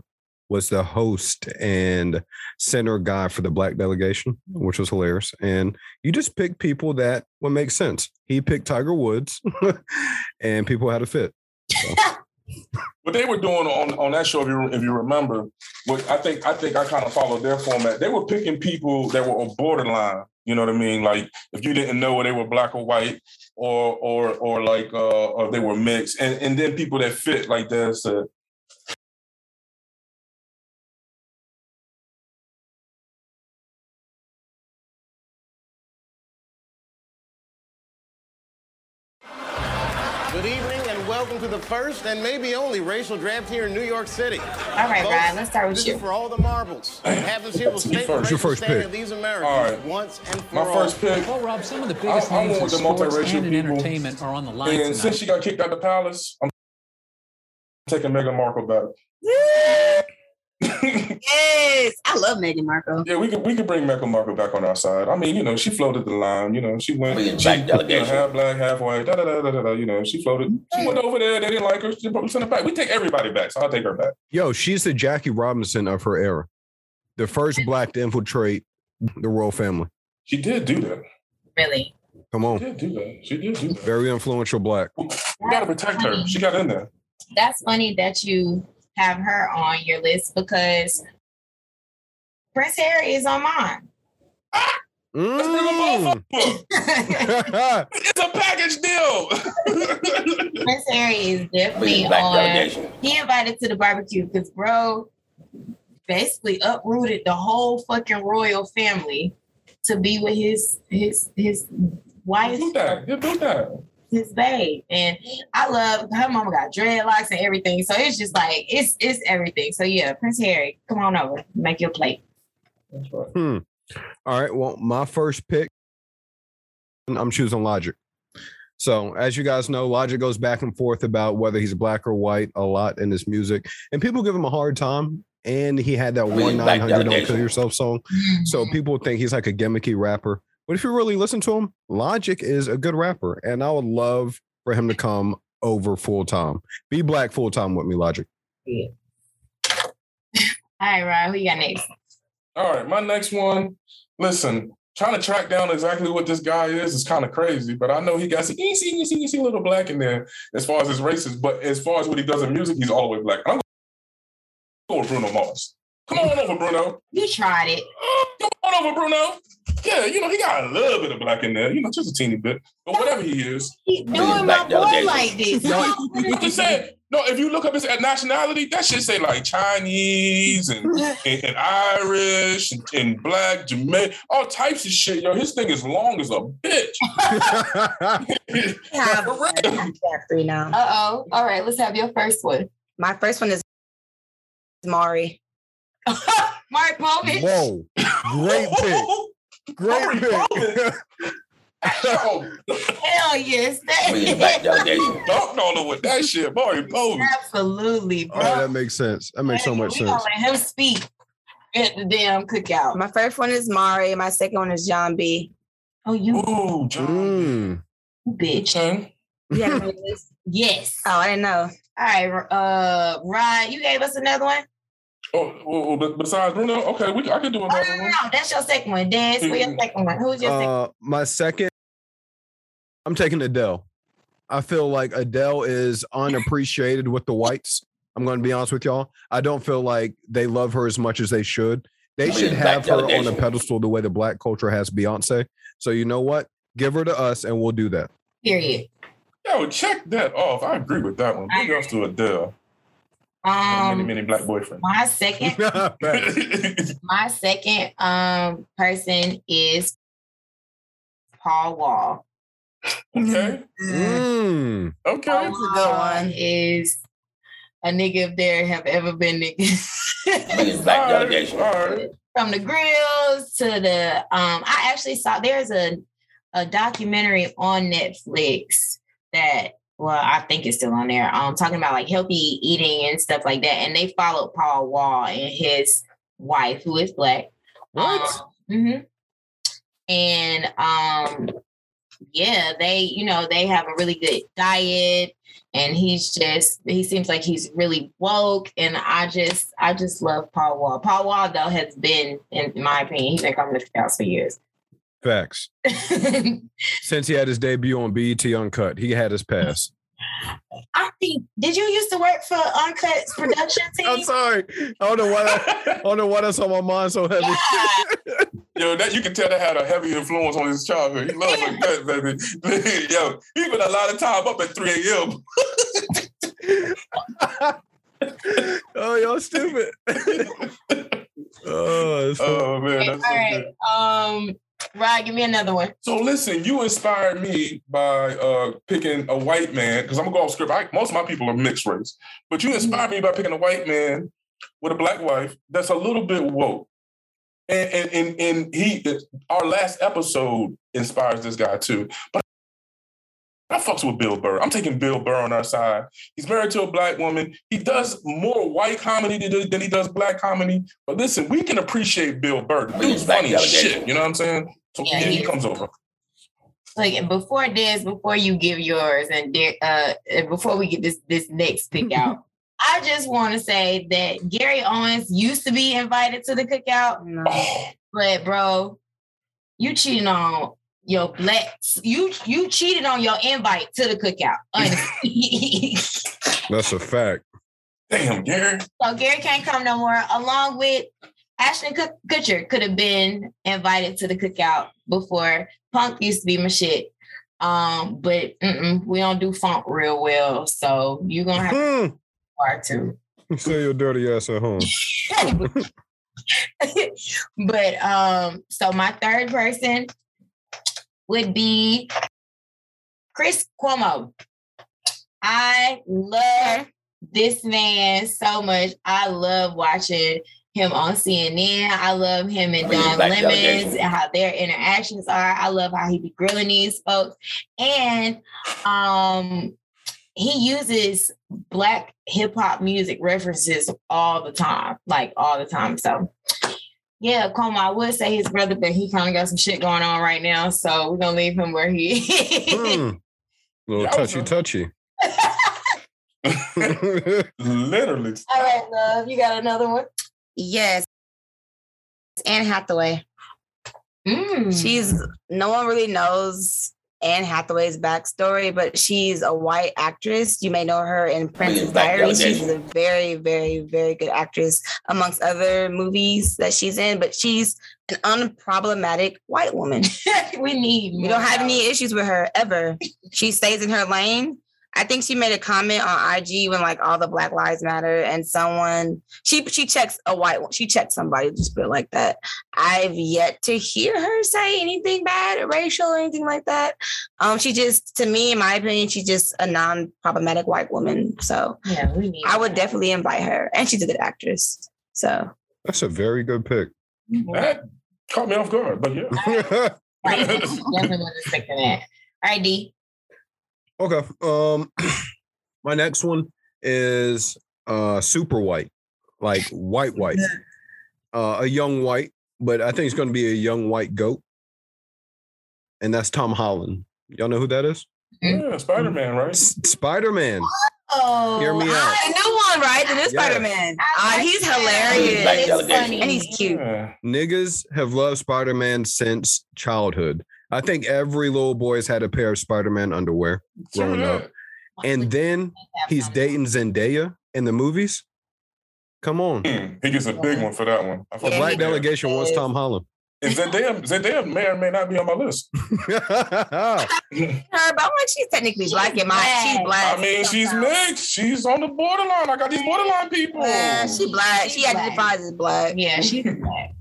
S3: was the host and center guy for the black delegation, which was hilarious. And you just pick people that would make sense. He picked Tiger Woods, and people had a fit.
S6: what they were doing on, on that show, if you if you remember, what I think I think I kind of followed their format. They were picking people that were on borderline. You know what I mean? Like if you didn't know whether they were black or white, or or or like uh, or they were mixed, and and then people that fit like there's a
S8: Good evening and welcome to the first and maybe only racial draft here in New York City.
S1: all right brian let's start
S8: This
S1: with
S8: is
S1: you
S8: for all the marbles. It happens here will state the
S6: first.
S8: racial
S3: Your first
S8: standing
S3: pick.
S8: of these
S6: All
S8: Americans
S6: right.
S8: once and for
S6: my
S8: all.
S6: first pick.
S9: Well, Rob, some of the biggest
S6: I- I'm
S9: names in
S6: with the
S9: sports
S6: multiracial
S9: and in
S6: people.
S9: entertainment are on the line
S6: And
S9: tonight.
S6: since she got kicked out the palace, I'm taking Meghan Markle back.
S2: Yes, I love Meghan Markle.
S6: yeah, we could we could bring Meghan Markle back on our side. I mean, you know, she floated the line. You know, she went
S7: Bring it
S6: she,
S7: back,
S6: you know,
S7: delegation.
S6: half black, half white. Da, da, da, da, da, da, you know, she floated. She went over there. They didn't like her. She probably sent her back. We take everybody back. So I'll take her back.
S3: Yo, she's the Jackie Robinson of her era, the first black to infiltrate the royal family.
S6: She did do that.
S1: really
S3: Come
S6: She
S3: on,
S6: did do that. She did do that.
S3: very influential black.
S6: We gotta protect her. She got in there.
S1: that's funny that you have her on your list because Prince Harry is on mine.
S6: Let's bring them both up.
S3: Mm.
S6: It's a package deal.
S1: Prince Harry is definitely on. He invited to the barbecue because bro basically uprooted the whole fucking royal family to be with his his his wife,
S6: do that. Yeah, do that.
S1: his babe. And I love her mama got dreadlocks and everything. So it's just like it's it's everything. So yeah, Prince Harry, come on over, make your plate.
S6: That's right.
S3: Hmm. All right. Well, my first pick, I'm choosing Logic. So, as you guys know, Logic goes back and forth about whether he's black or white a lot in his music, and people give him a hard time. And he had that
S7: Really
S3: one
S7: black
S3: nine hundred "Don't Kill
S7: delegation.
S3: Yourself" song,
S1: Mm.
S3: so people think he's like a gimmicky rapper. But if you really listen to him, Logic is a good rapper, and I would love for him to come over full time. Be black full time with me, Logic.
S1: All right, Ryan, who you got next?
S6: All right, my next one. Listen, trying to track down exactly what this guy is is kind of crazy, but I know he got some easy, easy, easy little black in there as far as his races, but as far as what he does in music, he's all the way black. I'm going with Bruno Mars. Come on over, Bruno.
S1: You tried it.
S6: Come on over, Bruno. Yeah, you know, he got a little bit of black in there, you know, just a teeny bit. But whatever he is,
S1: He's doing my
S7: black
S1: boy
S7: delegation.
S1: like this.
S6: No, you just said no. If you look up his nationality, that shit say like Chinese and, and, and Irish and, and Black, Jamaican, all types of shit. Yo, his thing is long as a bitch.
S2: Have-
S6: For real.
S5: Free now.
S1: Uh oh. All right, let's have your first one.
S2: My first one is Mari.
S1: Mark Povich.
S3: Whoa, great pick, great pick.
S6: Yo,
S1: Hell yes. That
S7: Bring it back, delegation.
S6: dunked on him with that shit, Mari Povich.
S1: Absolutely, bro.
S3: Oh, that makes sense. That makes so much
S1: we
S3: sense.
S1: gonna let him speak at the damn cookout.
S2: My first one is Mari. My second one is John B.
S1: Oh, you
S6: Ooh,
S3: Mm.
S6: John.
S1: Bitch.
S2: Yeah.
S1: yes.
S2: Oh, I didn't know.
S1: All right, uh, Ryan, you gave us another one.
S6: Oh, oh, oh, but besides Bruno, okay, we, I could do
S1: Oh
S6: another
S1: no, no,
S6: one.
S1: no, that's your second one. Des, where your second one? Who's your second?
S3: Uh, my second, I'm taking Adele. I feel like Adele is unappreciated with the whites. I'm going to be honest with y'all. I don't feel like they love her as much as they should. They
S7: Oh,
S3: should
S7: yeah,
S3: have
S7: black
S3: her on a
S7: delegation.
S3: pedestal the way the black culture has Beyonce. So you know what? Give her to us, and we'll do that.
S1: Period.
S6: Yo, check that off. I agree with that one. Big ups to Adele. and many,
S1: Um,
S6: many black boyfriend.
S1: my second
S3: Facts.
S1: my second um person is Paul Wall.
S6: okay.
S3: Mm.
S6: Okay.
S2: That's a good one.
S1: Is a nigga if there have ever been niggas
S7: Niggas black
S6: All right,
S7: delegation.
S6: All right.
S1: from the grills to the um. I actually saw there's a a documentary on Netflix that well I think it's still on there. Um, talking about like healthy eating and stuff like that, and they followed Paul Wall and his wife who is black.
S3: What?
S1: hmm And um, yeah, they you know they have a really good diet, and he's just he seems like he's really woke. And I just I just love Paul Wall. Paul Wall though has been, in my opinion, he's been coming to the house for years.
S3: Facts. Since he had his debut on BET Uncut, he had his pass.
S1: I think did you used to work for Uncut production
S3: I'm
S1: team?
S3: sorry. I don't know why. That, I don't know why that's on my mind so heavy.
S6: Yo, that you can tell that had a heavy influence on his childhood. He loved her guts, baby. Yo, he spent a lot of time up at 3 a.m.
S3: oh, y'all stupid. oh, that's so-
S6: Oh man,
S1: All
S6: that's so
S1: right,
S6: good.
S1: um, Rod, give me another one.
S6: So listen, you inspired me by uh, picking a white man because I'm gonna go off script. I, most of my people are mixed race, but
S1: Mm-hmm.
S6: you inspired me by picking a white man with a black wife that's a little bit woke. And and and, and he, our last episode inspires this guy too. But I fucks with Bill Burr. I'm taking Bill Burr on our side. He's married to a black woman. He does more white comedy than than he does black comedy. But listen, we can appreciate Bill Burr. Dude's
S7: Black
S6: funny as
S7: delegation.
S6: shit. You know what I'm saying? So
S1: Yeah,
S6: then
S1: he
S6: he
S1: is.
S6: comes over.
S1: Look, and before this, before you give yours, and de- uh, and before we get this this next pick out, I just want to say that Gary Owens used to be invited to the cookout,
S6: Oh,
S1: but bro, you cheating on your black you you cheated on your invite to the cookout. honestly.
S3: that's a fact.
S6: damn, Gary.
S1: so Gary can't come no more. Along with Ashton Kut- Kutcher could have been invited to the cookout before. Punk used to be my shit. Um, but mm-mm, we don't do funk real well, so you're gonna have to
S3: Mm.
S1: part two.
S3: Stay your dirty ass at home.
S1: but um, so my third person would be Chris Cuomo. I love this man so much. I love watching him on CNN. I love him and
S7: Oh, yeah,
S1: Don
S7: Black
S1: Lemons
S7: Delegation.
S1: and how their interactions are. I love how he be grilling these folks. And um he uses black hip hop music references all the time, like all the time. So yeah, Cuomo, I would say his brother, but he kind of got some shit going on right now. So we're gonna leave him where he is.
S3: Mm. Little
S6: Yeah, I was
S3: touchy touchy.
S6: Literally.
S1: All right, love, you got another one.
S2: Yes. Anne Hathaway.
S1: Mm.
S2: She's no one really knows Anne Hathaway's backstory, but she's a white actress. You may know her in Princess
S7: Black
S2: Diaries.
S7: Delegation.
S2: She's a very, very, very good actress, amongst other movies that she's in. But she's an unproblematic white woman.
S1: we need.
S2: We
S1: more
S2: don't have
S1: of
S2: any issues with her ever. She stays in her lane. I think she made a comment on IG when like all the Black Lives Matter and someone she she checks a white one. She checked somebody, just put it like that. I've yet to hear her say anything bad, racial or anything like that. Um, she just to me, in my opinion, she's just a non-problematic white woman. So
S1: Yeah, we need.
S2: I would
S1: more.
S2: definitely invite her. And she's a good actress. So
S3: That's a very good pick.
S6: That caught me off guard, but yeah.
S1: Right, definitely was expecting that. All right, D.
S3: Okay. Um, my next one is uh super white, like white white, uh, a young white, but I think it's going to be a young white goat, and that's Tom Holland. Y'all know who that is?
S6: Yeah, Spider Man, right?
S3: Spider Man.
S1: Oh,
S3: Hear me out.
S2: The new one, right? The new
S3: Yes.
S2: Spider Man.
S1: I like
S2: he's
S1: that.
S2: hilarious.
S7: Black delegation.
S1: funny.
S2: And he's cute.
S6: Yeah.
S3: Niggas have loved Spider Man since childhood. I think every little boy's had a pair of Spider Man underwear growing
S6: Sure.
S3: up. And then he's dating Zendaya in the movies. Come on.
S6: Hmm, He gets a big one for that one. I
S3: The
S6: fuck
S3: black
S6: with Zendaya.
S3: delegation wants Tom Holland.
S6: And Zendaya, Zendaya may or may not be on my list.
S2: Her, but I'm like, she's technically black in my she's
S1: black.
S2: black.
S6: I mean, she's mixed. She's on the borderline. I got these borderline people.
S2: Yeah, she black. She
S1: She's
S2: identifies as black.
S1: Yeah, she's black.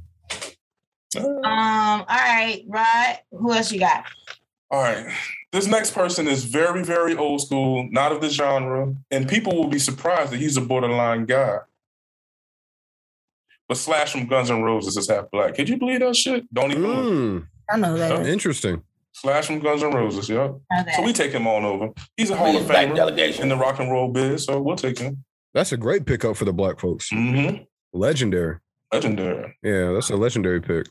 S1: Um, all right, Rod. Who else you got?
S6: All right. This next person is very, very old school, not of the genre, and people will be surprised that he's a borderline guy. But Slash from Guns N' Roses is half black. Could you believe that shit? Don't even look.
S3: Mm,
S2: I know that.
S3: interesting.
S6: Slash from Guns N' Roses, yep.
S1: Okay.
S6: So we take him on over. He's a Hall of
S7: Black
S6: Famer in
S7: delegation.
S6: the rock and roll biz, so we'll take him.
S3: That's a great pickup for the black folks.
S6: Mm-hmm.
S3: Legendary.
S6: Legendary.
S3: Yeah, that's a legendary pick.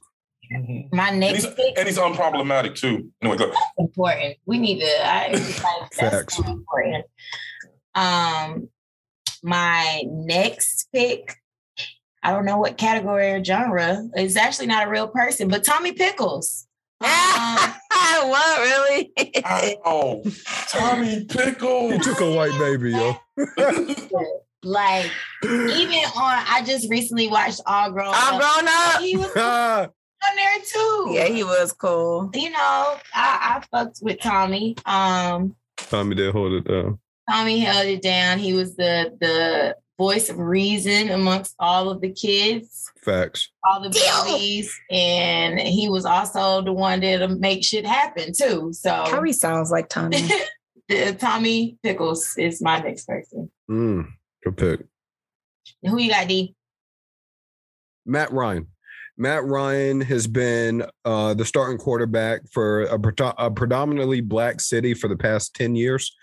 S6: Mhm.
S1: My
S6: And,
S1: next
S6: he's,
S1: pick
S6: and he's unproblematic too. Anyway, go.
S1: important. We need to. I, like,
S3: Facts.
S1: That's so important. Um, my next pick. I don't know what category or genre. It's actually not a real person, but Tommy Pickles.
S6: Oh,
S1: Um,
S2: what really?
S6: Ow. oh, Tommy
S3: He
S6: Pickles.
S3: took a white baby, yo.
S1: like even on, I just recently watched All Grown.
S2: I'm
S1: Up.
S2: grown up.
S1: He was
S3: Ah,
S1: on there too.
S2: Yeah, he was cool.
S1: you know, I, I fucked with Tommy. Um,
S3: Tommy did hold it uh, down.
S1: Tommy held it down. He was the the voice of reason amongst all of the kids,
S3: Facts.
S1: all the
S2: Deal.
S1: babies, and he was also the one that'll make shit happen too. So
S2: Kyrie sounds like Tommy.
S1: the- Tommy Pickles is my next person.
S3: Mm, good pick.
S1: Who you got, D?
S3: Matt Ryan. Matt Ryan has been uh, the starting quarterback for a, predo- a predominantly black city for the past 10 years.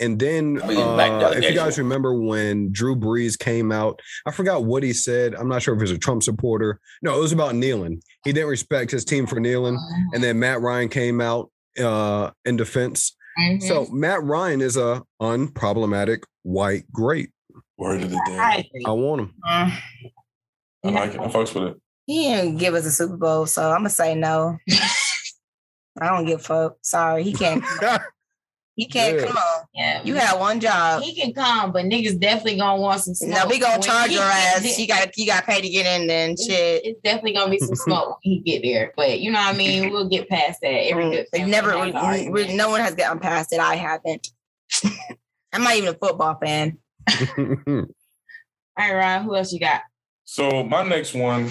S3: And then,
S7: I mean, black
S3: uh, if you
S7: delegation.
S3: guys remember when Drew Brees came out, I forgot what he said. I'm not sure if he was a Trump supporter. No, it was about kneeling. He didn't respect his team for kneeling. And then Matt Ryan came out uh, in defense.
S1: Mhm.
S3: So Matt Ryan is a unproblematic white great.
S6: Word of the day.
S1: I agree.
S3: I want him.
S6: I like it. I fucks with it.
S2: He didn't give us a Super Bowl, so I'm gonna say no. I don't give a fuck. Sorry, he can't. He can't
S3: Yeah.
S2: come on.
S1: Yeah,
S2: You had one job.
S1: he can come, but niggas definitely gonna want some smoke.
S2: No, we gonna
S1: When
S2: charge
S1: he
S2: your
S1: get
S2: ass.
S1: there-
S2: You got you got to pay to get in then. Shit.
S1: It's definitely gonna be some smoke when he get there, but you know what I mean. We'll get past that. Every good
S2: We've
S1: family
S2: Mm, never,
S1: has
S2: we-
S1: an
S2: we-
S1: argument.
S2: we- no one has gotten past it. I haven't. I'm not even a football fan.
S1: All right, Rod. Who else you got?
S6: So my next one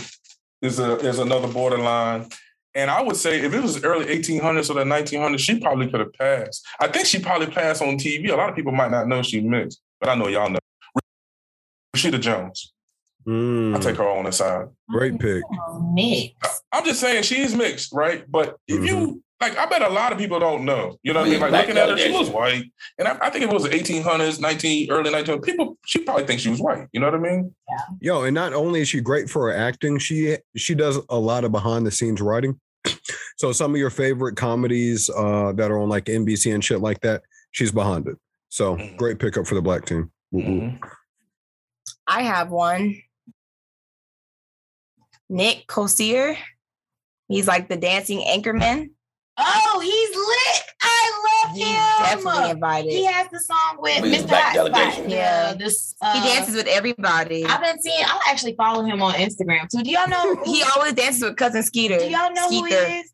S6: is a is another borderline. And I would say if it was early 1800s or the 1900s, she probably could have passed. I think she probably passed on TV. A lot of people might not know she mixed, but I know y'all know. Rashida Jones.
S3: Mm,
S6: i take her on the side.
S3: great pick.
S2: Oh,
S1: Nick.
S6: I'm just saying she's mixed, right? But if you like, I bet a lot of people don't know. You know what I mean? Like
S7: Black
S6: looking at her, she
S7: delegation.
S6: was white, and I, I think it was 1800s, 19 early 1900s. People, she probably thinks she was white. You know what I mean?
S3: Yo, and not only is she great for her acting, she she does a lot of behind the scenes writing. So some of your favorite comedies uh, that are on like NBC and shit like that, she's behind it. So
S6: Mhm.
S3: great pickup for the black team. Woo woo.
S2: I have one. Nick Kosier. He's like the dancing anchorman.
S1: Oh, he's lit. I love
S2: He's
S1: him.
S2: definitely invited.
S1: He has the song with
S7: Please,
S1: Mr.
S7: Black
S1: Hotspot.
S7: Delegation.
S2: Yeah.
S1: this
S2: he
S1: uh,
S2: dances with everybody.
S1: I've been seeing. I actually follow him on Instagram too. Do y'all know? who-
S2: he always dances with cousin Skeeter.
S1: do y'all know who he
S2: Skeeter.
S1: is?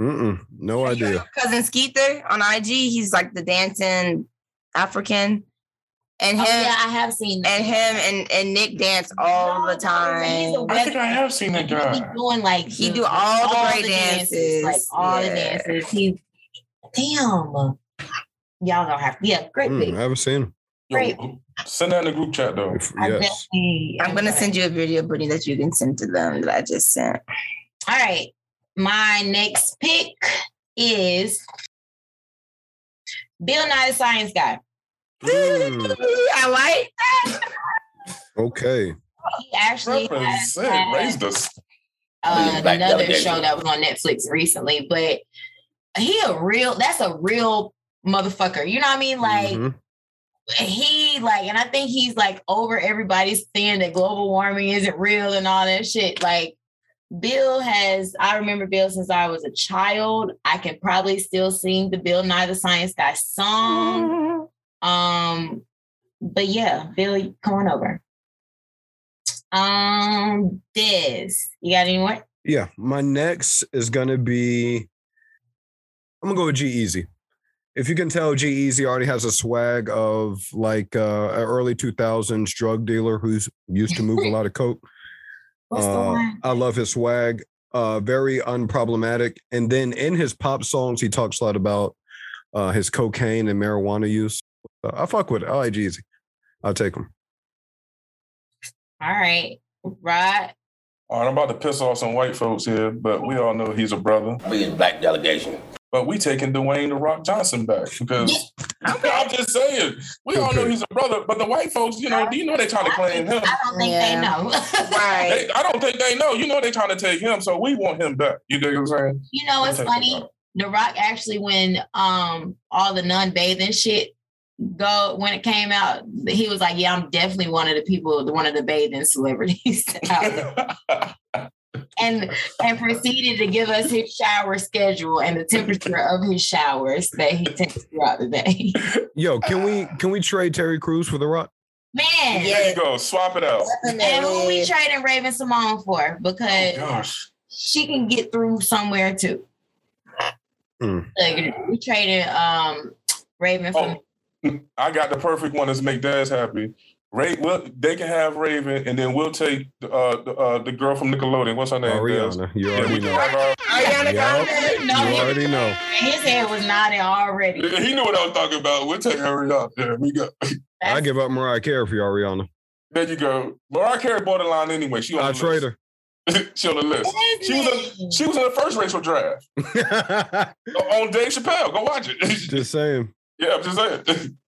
S3: Mm-mm, no idea.
S2: cousin Skeeter on IG. He's like the dancing African, and
S1: Oh,
S2: him
S1: yeah, I have seen that.
S2: and him and, and Nick dance all the
S1: He's
S2: time.
S1: a
S6: I think I have seen that
S1: He's
S6: guy.
S1: doing like
S2: He
S1: the-
S2: do all the great dances.
S1: like all the
S2: Yeah.
S1: dances. He damn. Y'all gonna have yeah, great
S3: Mm, I
S1: pick.
S3: haven't seen him.
S6: Yo, send that in the group chat though.
S3: If-
S1: I
S3: yes.
S1: definitely-
S2: I'm gonna send you a video, Brittany, that you can send to them that I just sent.
S1: All right. My next pick is Bill Nye the Science Guy.
S3: Mm,
S2: I like that.
S3: okay.
S1: He actually has
S6: Represent, raise the
S1: uh,
S7: Black
S1: another
S7: delegation.
S1: show that was on Netflix recently, but he a real that's a real motherfucker. You know what I mean? Like he like, and I think he's like over everybody's saying that global warming isn't real and all that shit. Like Bill has, I remember Bill since I was a child. I can probably still sing the Bill Nye the Science Guy
S2: Mm.
S1: song. Um, but yeah, Bill, come on over. Um, Des, you got any more?
S3: Yeah, my next is gonna be. I'm gonna go with G Easy. If you can tell, G Easy already has a swag of like uh, an early 2000s drug dealer who's used to move a lot of coke.
S1: What's the
S3: Uh,
S1: one?
S3: I love his swag. Uh, very unproblematic. And then in his pop songs, he talks a lot about uh, his cocaine and marijuana use. Uh, I fuck with it. I like G Easy. I'll take him.
S1: All right, Rod.
S6: All right, I'm about to piss off some white folks here, but we all know he's a brother. We in black delegation. But we taking Dwayne the Rock Johnson back because I'm just saying we all know he's a brother. But the white folks, you know, do you know they trying to claim him?
S1: I don't think they know.
S6: They, I don't think they know. You know they trying to take him, so we want him back. You dig what I'm saying?
S1: You know, Oh, it's
S6: Okay.
S1: funny. The Rock actually, when um all the nun bathing shit go when it came out, he was like, "Yeah, I'm definitely one of the people, one of the bathing celebrities." out there." and and proceeded to give us his shower schedule and the temperature of his showers that he takes throughout the day.
S3: Yo, can we can we trade Terry Crews for The Rock?
S1: Man,
S6: There you go. Swap it out.
S1: and who we trading Raven Simone for? Because
S6: Gosh.
S1: she can get through somewhere too.
S3: Mm.
S1: Like we traded um Raven for
S6: Oh, I got the perfect one to make dads happy. Ray, well, they can have Raven, and then we'll take uh, the, uh, the girl from Nickelodeon. What's her name?
S3: Ariana. You
S6: Yeah, we
S3: already
S6: can
S3: know.
S6: have our-
S1: Ariana
S3: Yep.
S1: Grande. No,
S3: You
S1: he-
S3: already know.
S6: Oh.
S1: his head was nodding already.
S6: Yeah, he knew what I was talking about. We'll take Ariana. There we go.
S3: I give up Mariah Carey for you, Ariana.
S6: There you go. Mariah Carey borderline anyway. She on
S3: I
S6: the
S3: trade her.
S6: list. she on the list. She was a, she was in the first racial draft on Dave Chappelle. Go watch it.
S3: Just saying.
S6: yeah, I'm just saying.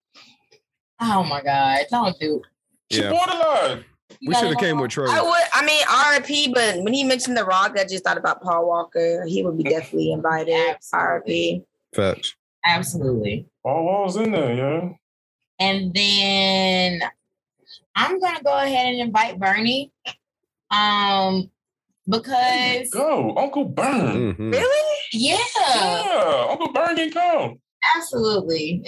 S1: Oh my god, don't do.
S6: She
S3: Yeah.
S6: borderline.
S3: We should have came with Trey.
S2: I would. I mean, R.I.P. But when he mentioned The Rock, I just thought about Paul Walker. He would be definitely invited. R.I.P.
S3: Facts.
S1: Absolutely.
S6: All walls in there, yeah.
S1: And then I'm gonna go ahead and invite Bernie. Um because
S6: Go, Uncle Burn.
S3: Mhm.
S2: Really?
S1: yeah.
S6: Yeah, Uncle Burn can come.
S1: Absolutely.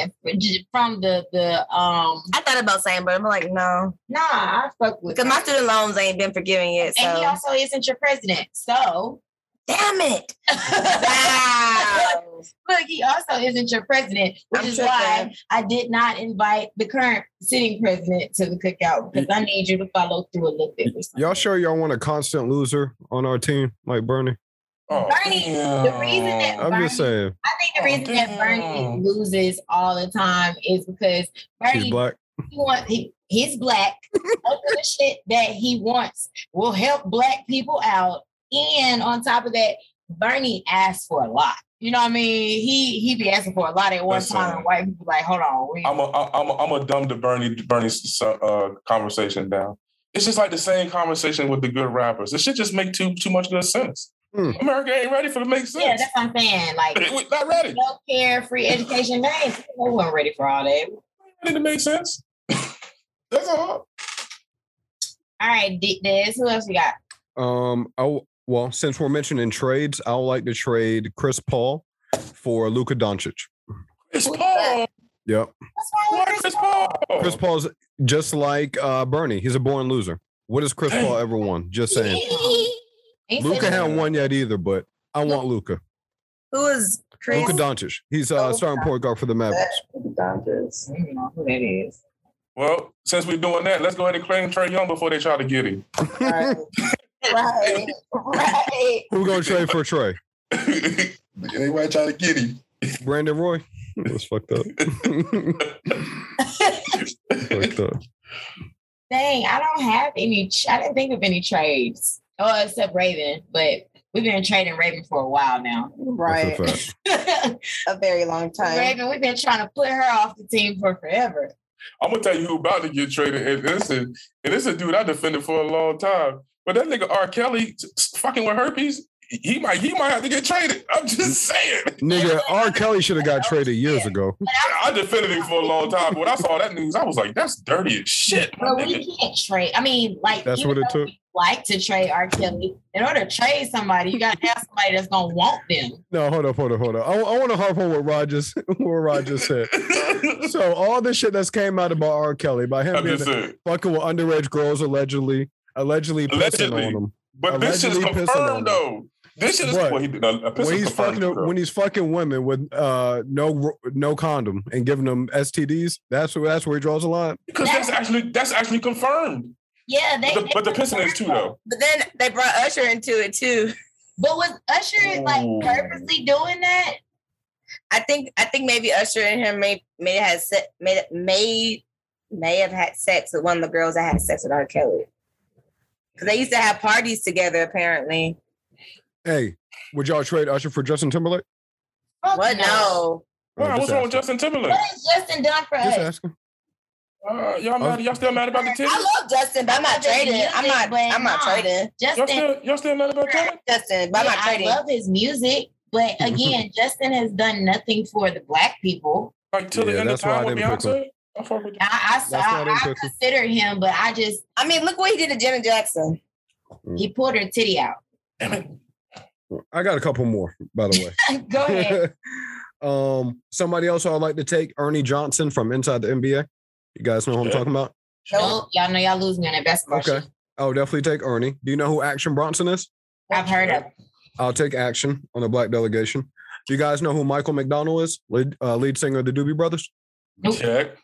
S1: From the the um
S2: I thought about saying, but I'm like, no,
S1: nah, I fuck with
S2: because my
S1: him.
S2: student loans ain't been forgiven yet. So
S1: and he also isn't your president. So
S2: damn it! Wow.
S1: look, he also isn't your president, which
S2: I'm
S1: is
S2: tripping.
S1: why I did not invite the current sitting president to the cookout because I need you to follow through a little bit. with something.
S3: Y'all sure y'all want a constant loser on our team like Bernie?
S6: Oh,
S1: Bernie, the reason that-
S3: I'm just
S1: Bernie-
S3: saying.
S1: I think the reason that Bernie
S6: damn.
S1: loses all the time is because
S3: He's
S1: Bernie
S3: black.
S1: he want he, he's black. Most of the shit that he wants will help black people out. And on top of that, Bernie asked for a lot. You know what I mean? He he be asking for a lot at one
S6: Listen.
S1: time, and white people like, hold on, we,
S6: I'm a, I'm a, I'm a dumb to Bernie Bernie's uh, conversation down. It's just like the same conversation with the good rappers. This shit just make too too much good sense.
S3: Hmm.
S6: America ain't ready for to make
S1: yeah,
S6: sense.
S1: that's what I'm saying. Like
S6: We're not ready.
S1: healthcare, free education, man, we weren't ready for all that.
S6: Ready to make sense. that's all.
S1: All right, D- Des, who else we got?
S3: Um, oh well, since we're mentioning trades, I would like to trade Chris Paul for Luka Doncic.
S6: Chris Paul.
S3: Yep.
S1: What's wrong
S6: Why
S1: with Chris
S6: Chris Paul?
S3: Chris Paul's just like uh Bernie. He's a born loser. What has Chris Paul ever won? Just saying.
S1: He said
S3: Luka
S1: that-
S3: haven't won yet either, but I want Luka.
S2: Who is Chris? Oh,
S3: Luka Doncic. He's uh starting point guard for the Mavericks.
S1: I don't know who that is.
S6: Well, since we're doing that, let's go ahead and claim Trey Young before they try to get him.
S2: right, right, right.
S3: Who gonna trade for Trey?
S6: Anybody try to get him?
S3: Brandon Roy? That's fucked up. fucked up.
S1: Dang, I don't have any. tr- I didn't think of any trades. Oh, except Raven, but we've been trading Raven for a while now.
S3: That's
S2: right.
S3: a fact.
S2: A very long time.
S1: Raven, we've been trying to put her off the team for forever.
S6: I'm gonna tell you who about to get traded, and this is and this is a dude I defended for a long time. But that nigga R. Kelly s- s- fucking with herpes, he might he might have to get traded. I'm just saying.
S3: Nigga, R. Kelly should have got traded years ago.
S6: I defended him for a long time. But when I saw that news, I was like, that's dirty as shit.
S1: But we can't trade. I mean, like
S3: That's
S1: even
S3: what it
S1: though
S3: took.
S1: we Like to trade R. Kelly. In order to trade somebody, you got to have somebody that's gonna want them.
S3: No, hold up, hold up, hold up. I, want to harp on what Rogers, what Rogers said. so all this shit that's came out about R. Kelly, by him
S6: I'm
S3: being
S6: just saying.
S3: fucking with underage girls allegedly, allegedly,
S6: Allegedly.
S3: pissing on him.
S6: But this shit is
S3: Allegedly pissing on him.
S6: confirmed though. This shit is
S3: But
S6: well, he, did- no, a piss
S3: When
S6: is
S3: he's
S6: confirmed,
S3: fucking
S6: girl.
S3: when he's fucking women with uh no no condom and giving them STDs, that's where that's where he draws the line.
S6: because that's actually that's actually confirmed.
S1: Yeah, they.
S6: But the, but the pissing is too though.
S2: But then they brought Usher into it too.
S1: But was Usher like
S6: Ooh.
S1: purposely doing that?
S2: I think I think maybe Usher and him may may have had se- may may may have had sex with one of the girls that had sex with R. Kelly. Because they used to have parties together, apparently.
S3: Hey, would y'all trade Usher for Justin Timberlake?
S1: Fuck
S2: What? No.
S3: Uh,
S6: Wow,
S3: just
S6: what's wrong with
S3: asking.
S6: Justin Timberlake?
S1: What has Justin done for us?
S3: Just asking.
S6: Uh, y'all mad? Y'all still mad about the titties?
S2: I love Justin, but I'm
S1: I
S2: not
S1: love his
S2: trading. I'm
S1: music,
S2: not.
S1: but
S2: I'm not
S1: nah.
S2: trading.
S6: Y'all
S1: Justin,
S6: still y'all still mad about that?
S2: Justin, but I'm
S1: yeah,
S2: not trading.
S1: I love his music, but again, Justin has done nothing for the black people.
S6: Like till
S3: Yeah,
S6: the end of
S3: that's why
S6: time
S3: I
S6: with
S3: didn't pick
S6: Beyonce? I fuck with
S1: I I,
S3: why I didn't
S1: I, I
S3: pick him.
S1: consider him, but I just
S2: I mean, look what he did to Janet Jackson.
S1: he pulled her titty out.
S3: I got a couple more, by the way.
S1: Go ahead.
S3: um, somebody else I'd like to take Ernie Johnson from Inside the NBA. You guys know who I'm
S6: Yeah.
S3: talking about?
S1: Nope, y'all know y'all losing on that basketball.
S3: Okay.
S1: shit.
S3: I'll definitely take Ernie. Do you know who Action Bronson is?
S1: I've heard of.
S3: I'll take Action on the Black Delegation. Do you guys know who Michael McDonald is? Lead, uh, lead singer of the Doobie Brothers?
S1: Nope.
S6: Check.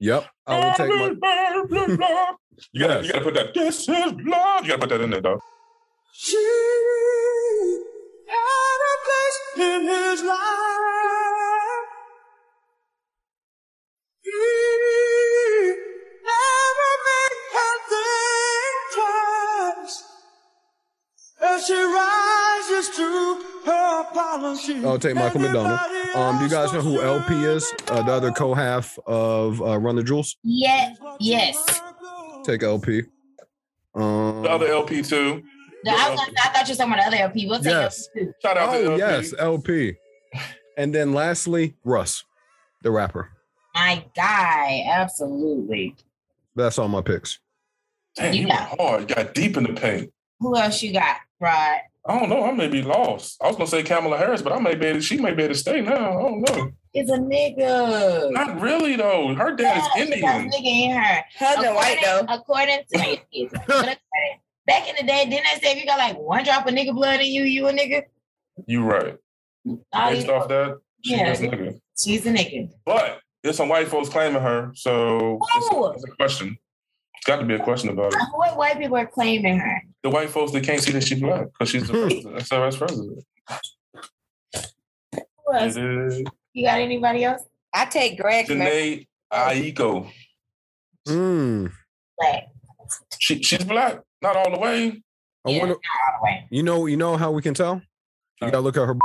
S3: Yep. I will take my,
S6: you gotta you gotta put that this is love. You gotta put that in there though.
S3: I'll take Michael McDonald. Um, do you guys know who LP is? Uh, the other co-half of uh, Run the Jewels?
S1: Yeah, yes.
S3: Take LP. Um,
S6: The other LP too.
S1: The- I, was gonna say, I thought you were talking about the other people. We'll take
S3: Yes.
S1: those too.
S6: Shout out to
S3: Oh
S6: LP.
S3: yes, LP. And then lastly, Russ, the rapper.
S1: My guy, absolutely.
S3: That's all my picks.
S6: Damn, you
S1: Yeah.
S6: went hard. You got deep in the paint.
S1: Who else you got, Rod?
S6: I don't know. I may be lost. I was gonna say Kamala Harris, but I may be. She may be able to stay now. I don't know.
S1: It's a nigga.
S6: Not really though. Her dad
S1: Yeah,
S6: is
S1: she got
S6: Indian.
S1: nigga in her.
S2: Husband white though.
S1: According to my kids, but according- back in the day, didn't they say if you got like one drop of nigga blood in you, you a nigga?
S6: You right.
S1: All
S6: Based
S1: these-
S6: off that, she
S1: Yeah.
S6: is nigga.
S1: she's a nigga.
S6: But there's some white folks claiming her, so it's,
S1: Ooh.
S6: it's a question. It's got to be a question about it.
S1: What white people are claiming her?
S6: The white folks that can't see that she's black because she's the president, SRS president.
S1: Who else?
S6: It is
S1: You got anybody else?
S2: I take Greg. Mer-
S6: Janae Aiko.
S3: Mm,
S1: Black
S6: She, she's black, not all the way.
S3: I
S1: Yeah.
S3: wonder.
S1: all the way.
S3: You know. You know how we can tell. You gotta look at her.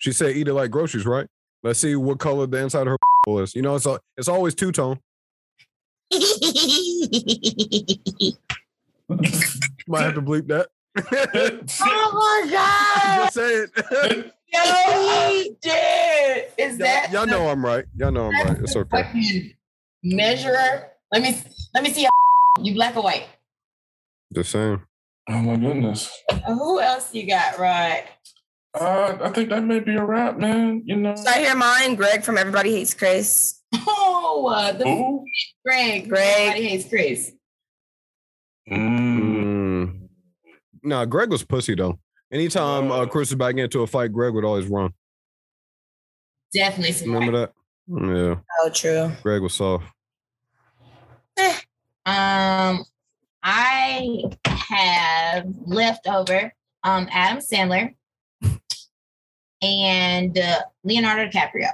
S3: She said, "Eat it like groceries." Right. Let's see what color the inside of her is. You know, it's al- it's always two tone. Might have to bleep that.
S1: Oh
S3: Just say it.
S1: Yo, he did. Is that
S3: y'all know I'm right. Y'all know I'm right. It's okay.
S1: fucking measurer? Let me let me see. How you black or white?
S3: The same.
S6: oh my goodness.
S1: Who else you got, Rod?
S6: Uh, I think that may be a wrap, man. You know.
S2: so I hear mine. Greg from Everybody Hates Chris.
S1: Oh, uh, the
S6: Who?
S1: Greg.
S2: Greg.
S1: Everybody hates Chris.
S6: Mm.
S3: Mm. Nah, Greg was pussy though. Anytime uh, Chris was back into a fight, Greg would always run.
S1: Definitely some
S3: Remember that? Yeah,
S2: Oh, true.
S3: Greg was soft.
S1: Um, I have leftover um Adam Sandler and uh, Leonardo DiCaprio.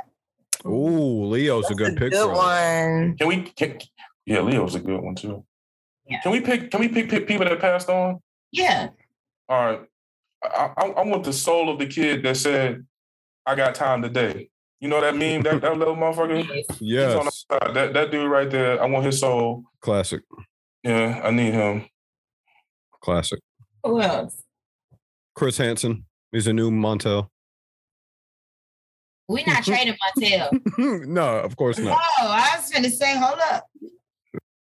S3: Ooh, Leo's a good pick.
S2: Good
S3: for us.
S2: one.
S6: Can we? Can, yeah, Leo's a good one too.
S1: Yeah.
S6: Can we pick? Can we pick, pick people that passed on?
S1: Yeah,
S6: All right. I, I, I want the soul of the kid that said, "I got time today." You know that meme? That, that little motherfucker.
S3: Mm.
S6: He's on the
S3: Yes,
S6: side. That that dude right there. I want his soul.
S3: classic,
S6: Yeah, I need him.
S3: classic.
S1: who else?
S3: Chris Hansen is a new Montel.
S1: We're not trading Montel.
S3: no, of course
S1: No,
S3: not.
S1: Oh, I was finna say, hold up.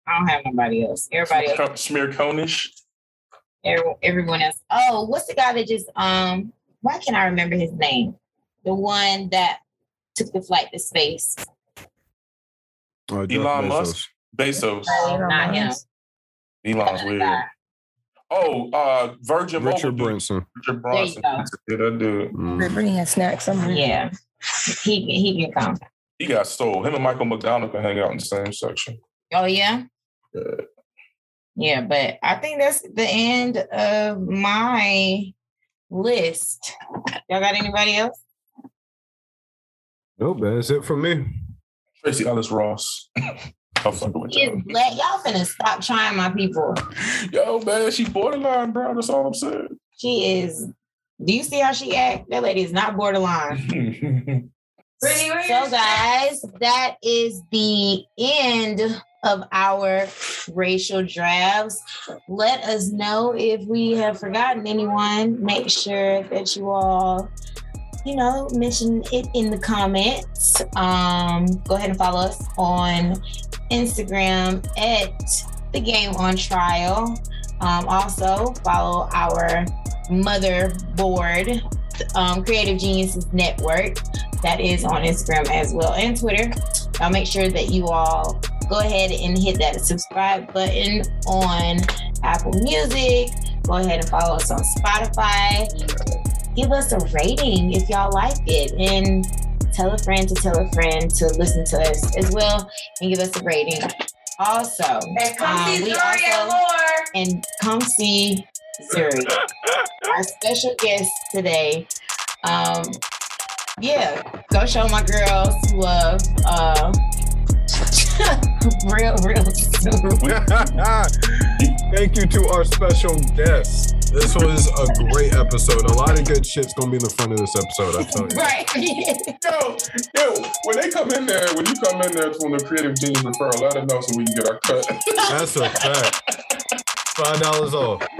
S1: I don't have nobody else. Everybody else.
S6: Smear Conish.
S1: Every, everyone else. Oh, what's the guy that just um? Why can't I remember his name? The one that took the flight to space.
S3: Uh, Jeff
S6: Elon
S3: Bezos.
S6: Musk. Bezos.
S1: No, not him.
S6: Elon's weird. Oh, uh, Virgin
S3: Richard
S6: Mobile.
S3: Branson. Mm.
S6: Richard Bronson.
S1: There you
S6: Yeah, that dude.
S2: Brittany has snacks somewhere.
S1: Yeah, he he can come.
S6: He got sold. Him and Michael McDonald can hang out in the same section.
S1: Oh yeah. Yeah, but I think that's the end of my list. Y'all got anybody else?
S3: Nope, that's it from me.
S6: Tracy Ellis Ross. I'm fucking with
S1: Is black. Y'all finna stop trying my people.
S6: you. Yo, man, she borderline, bro. That's all I'm saying.
S1: She is. Do you see how she act? That lady is not borderline. So, guys, that is the end of our racial drafts. Let us know if we have forgotten anyone. Make sure that you all, you know, mention it in the comments. Um, go ahead and follow us on Instagram at the game on trial. Um, also, follow our motherboard, um, Creative Geniuses Network that is on Instagram as well and Twitter. Y'all make sure that you all go ahead and hit that subscribe button on Apple Music. Go ahead and follow us on Spotify. Give us a rating if y'all like it and tell a friend to tell a friend to listen to us as well and give us a rating. Also,
S5: come see
S1: Um, we
S5: Zuri and
S1: also- and come see Zuri, our special guest today. Um, yeah, go show my girls some love. Uh, real, real soon.
S3: Thank you to our special guest. This was a great episode. A lot of good shit's gonna be in the front of this episode. I tell you.
S1: Right.
S6: Yo, yo, when they come in there, when you come in there from the Creative Genius referral, let us know so we can get our cut.
S3: That's a fact. Five dollars off.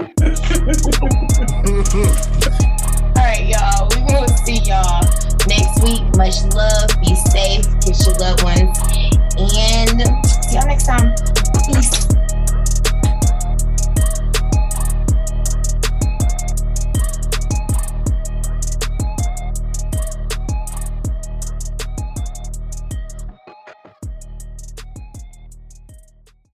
S1: All right, y'all. We will see y'all next week. Much love. Be safe. Kiss your loved ones. And see y'all next time. Peace.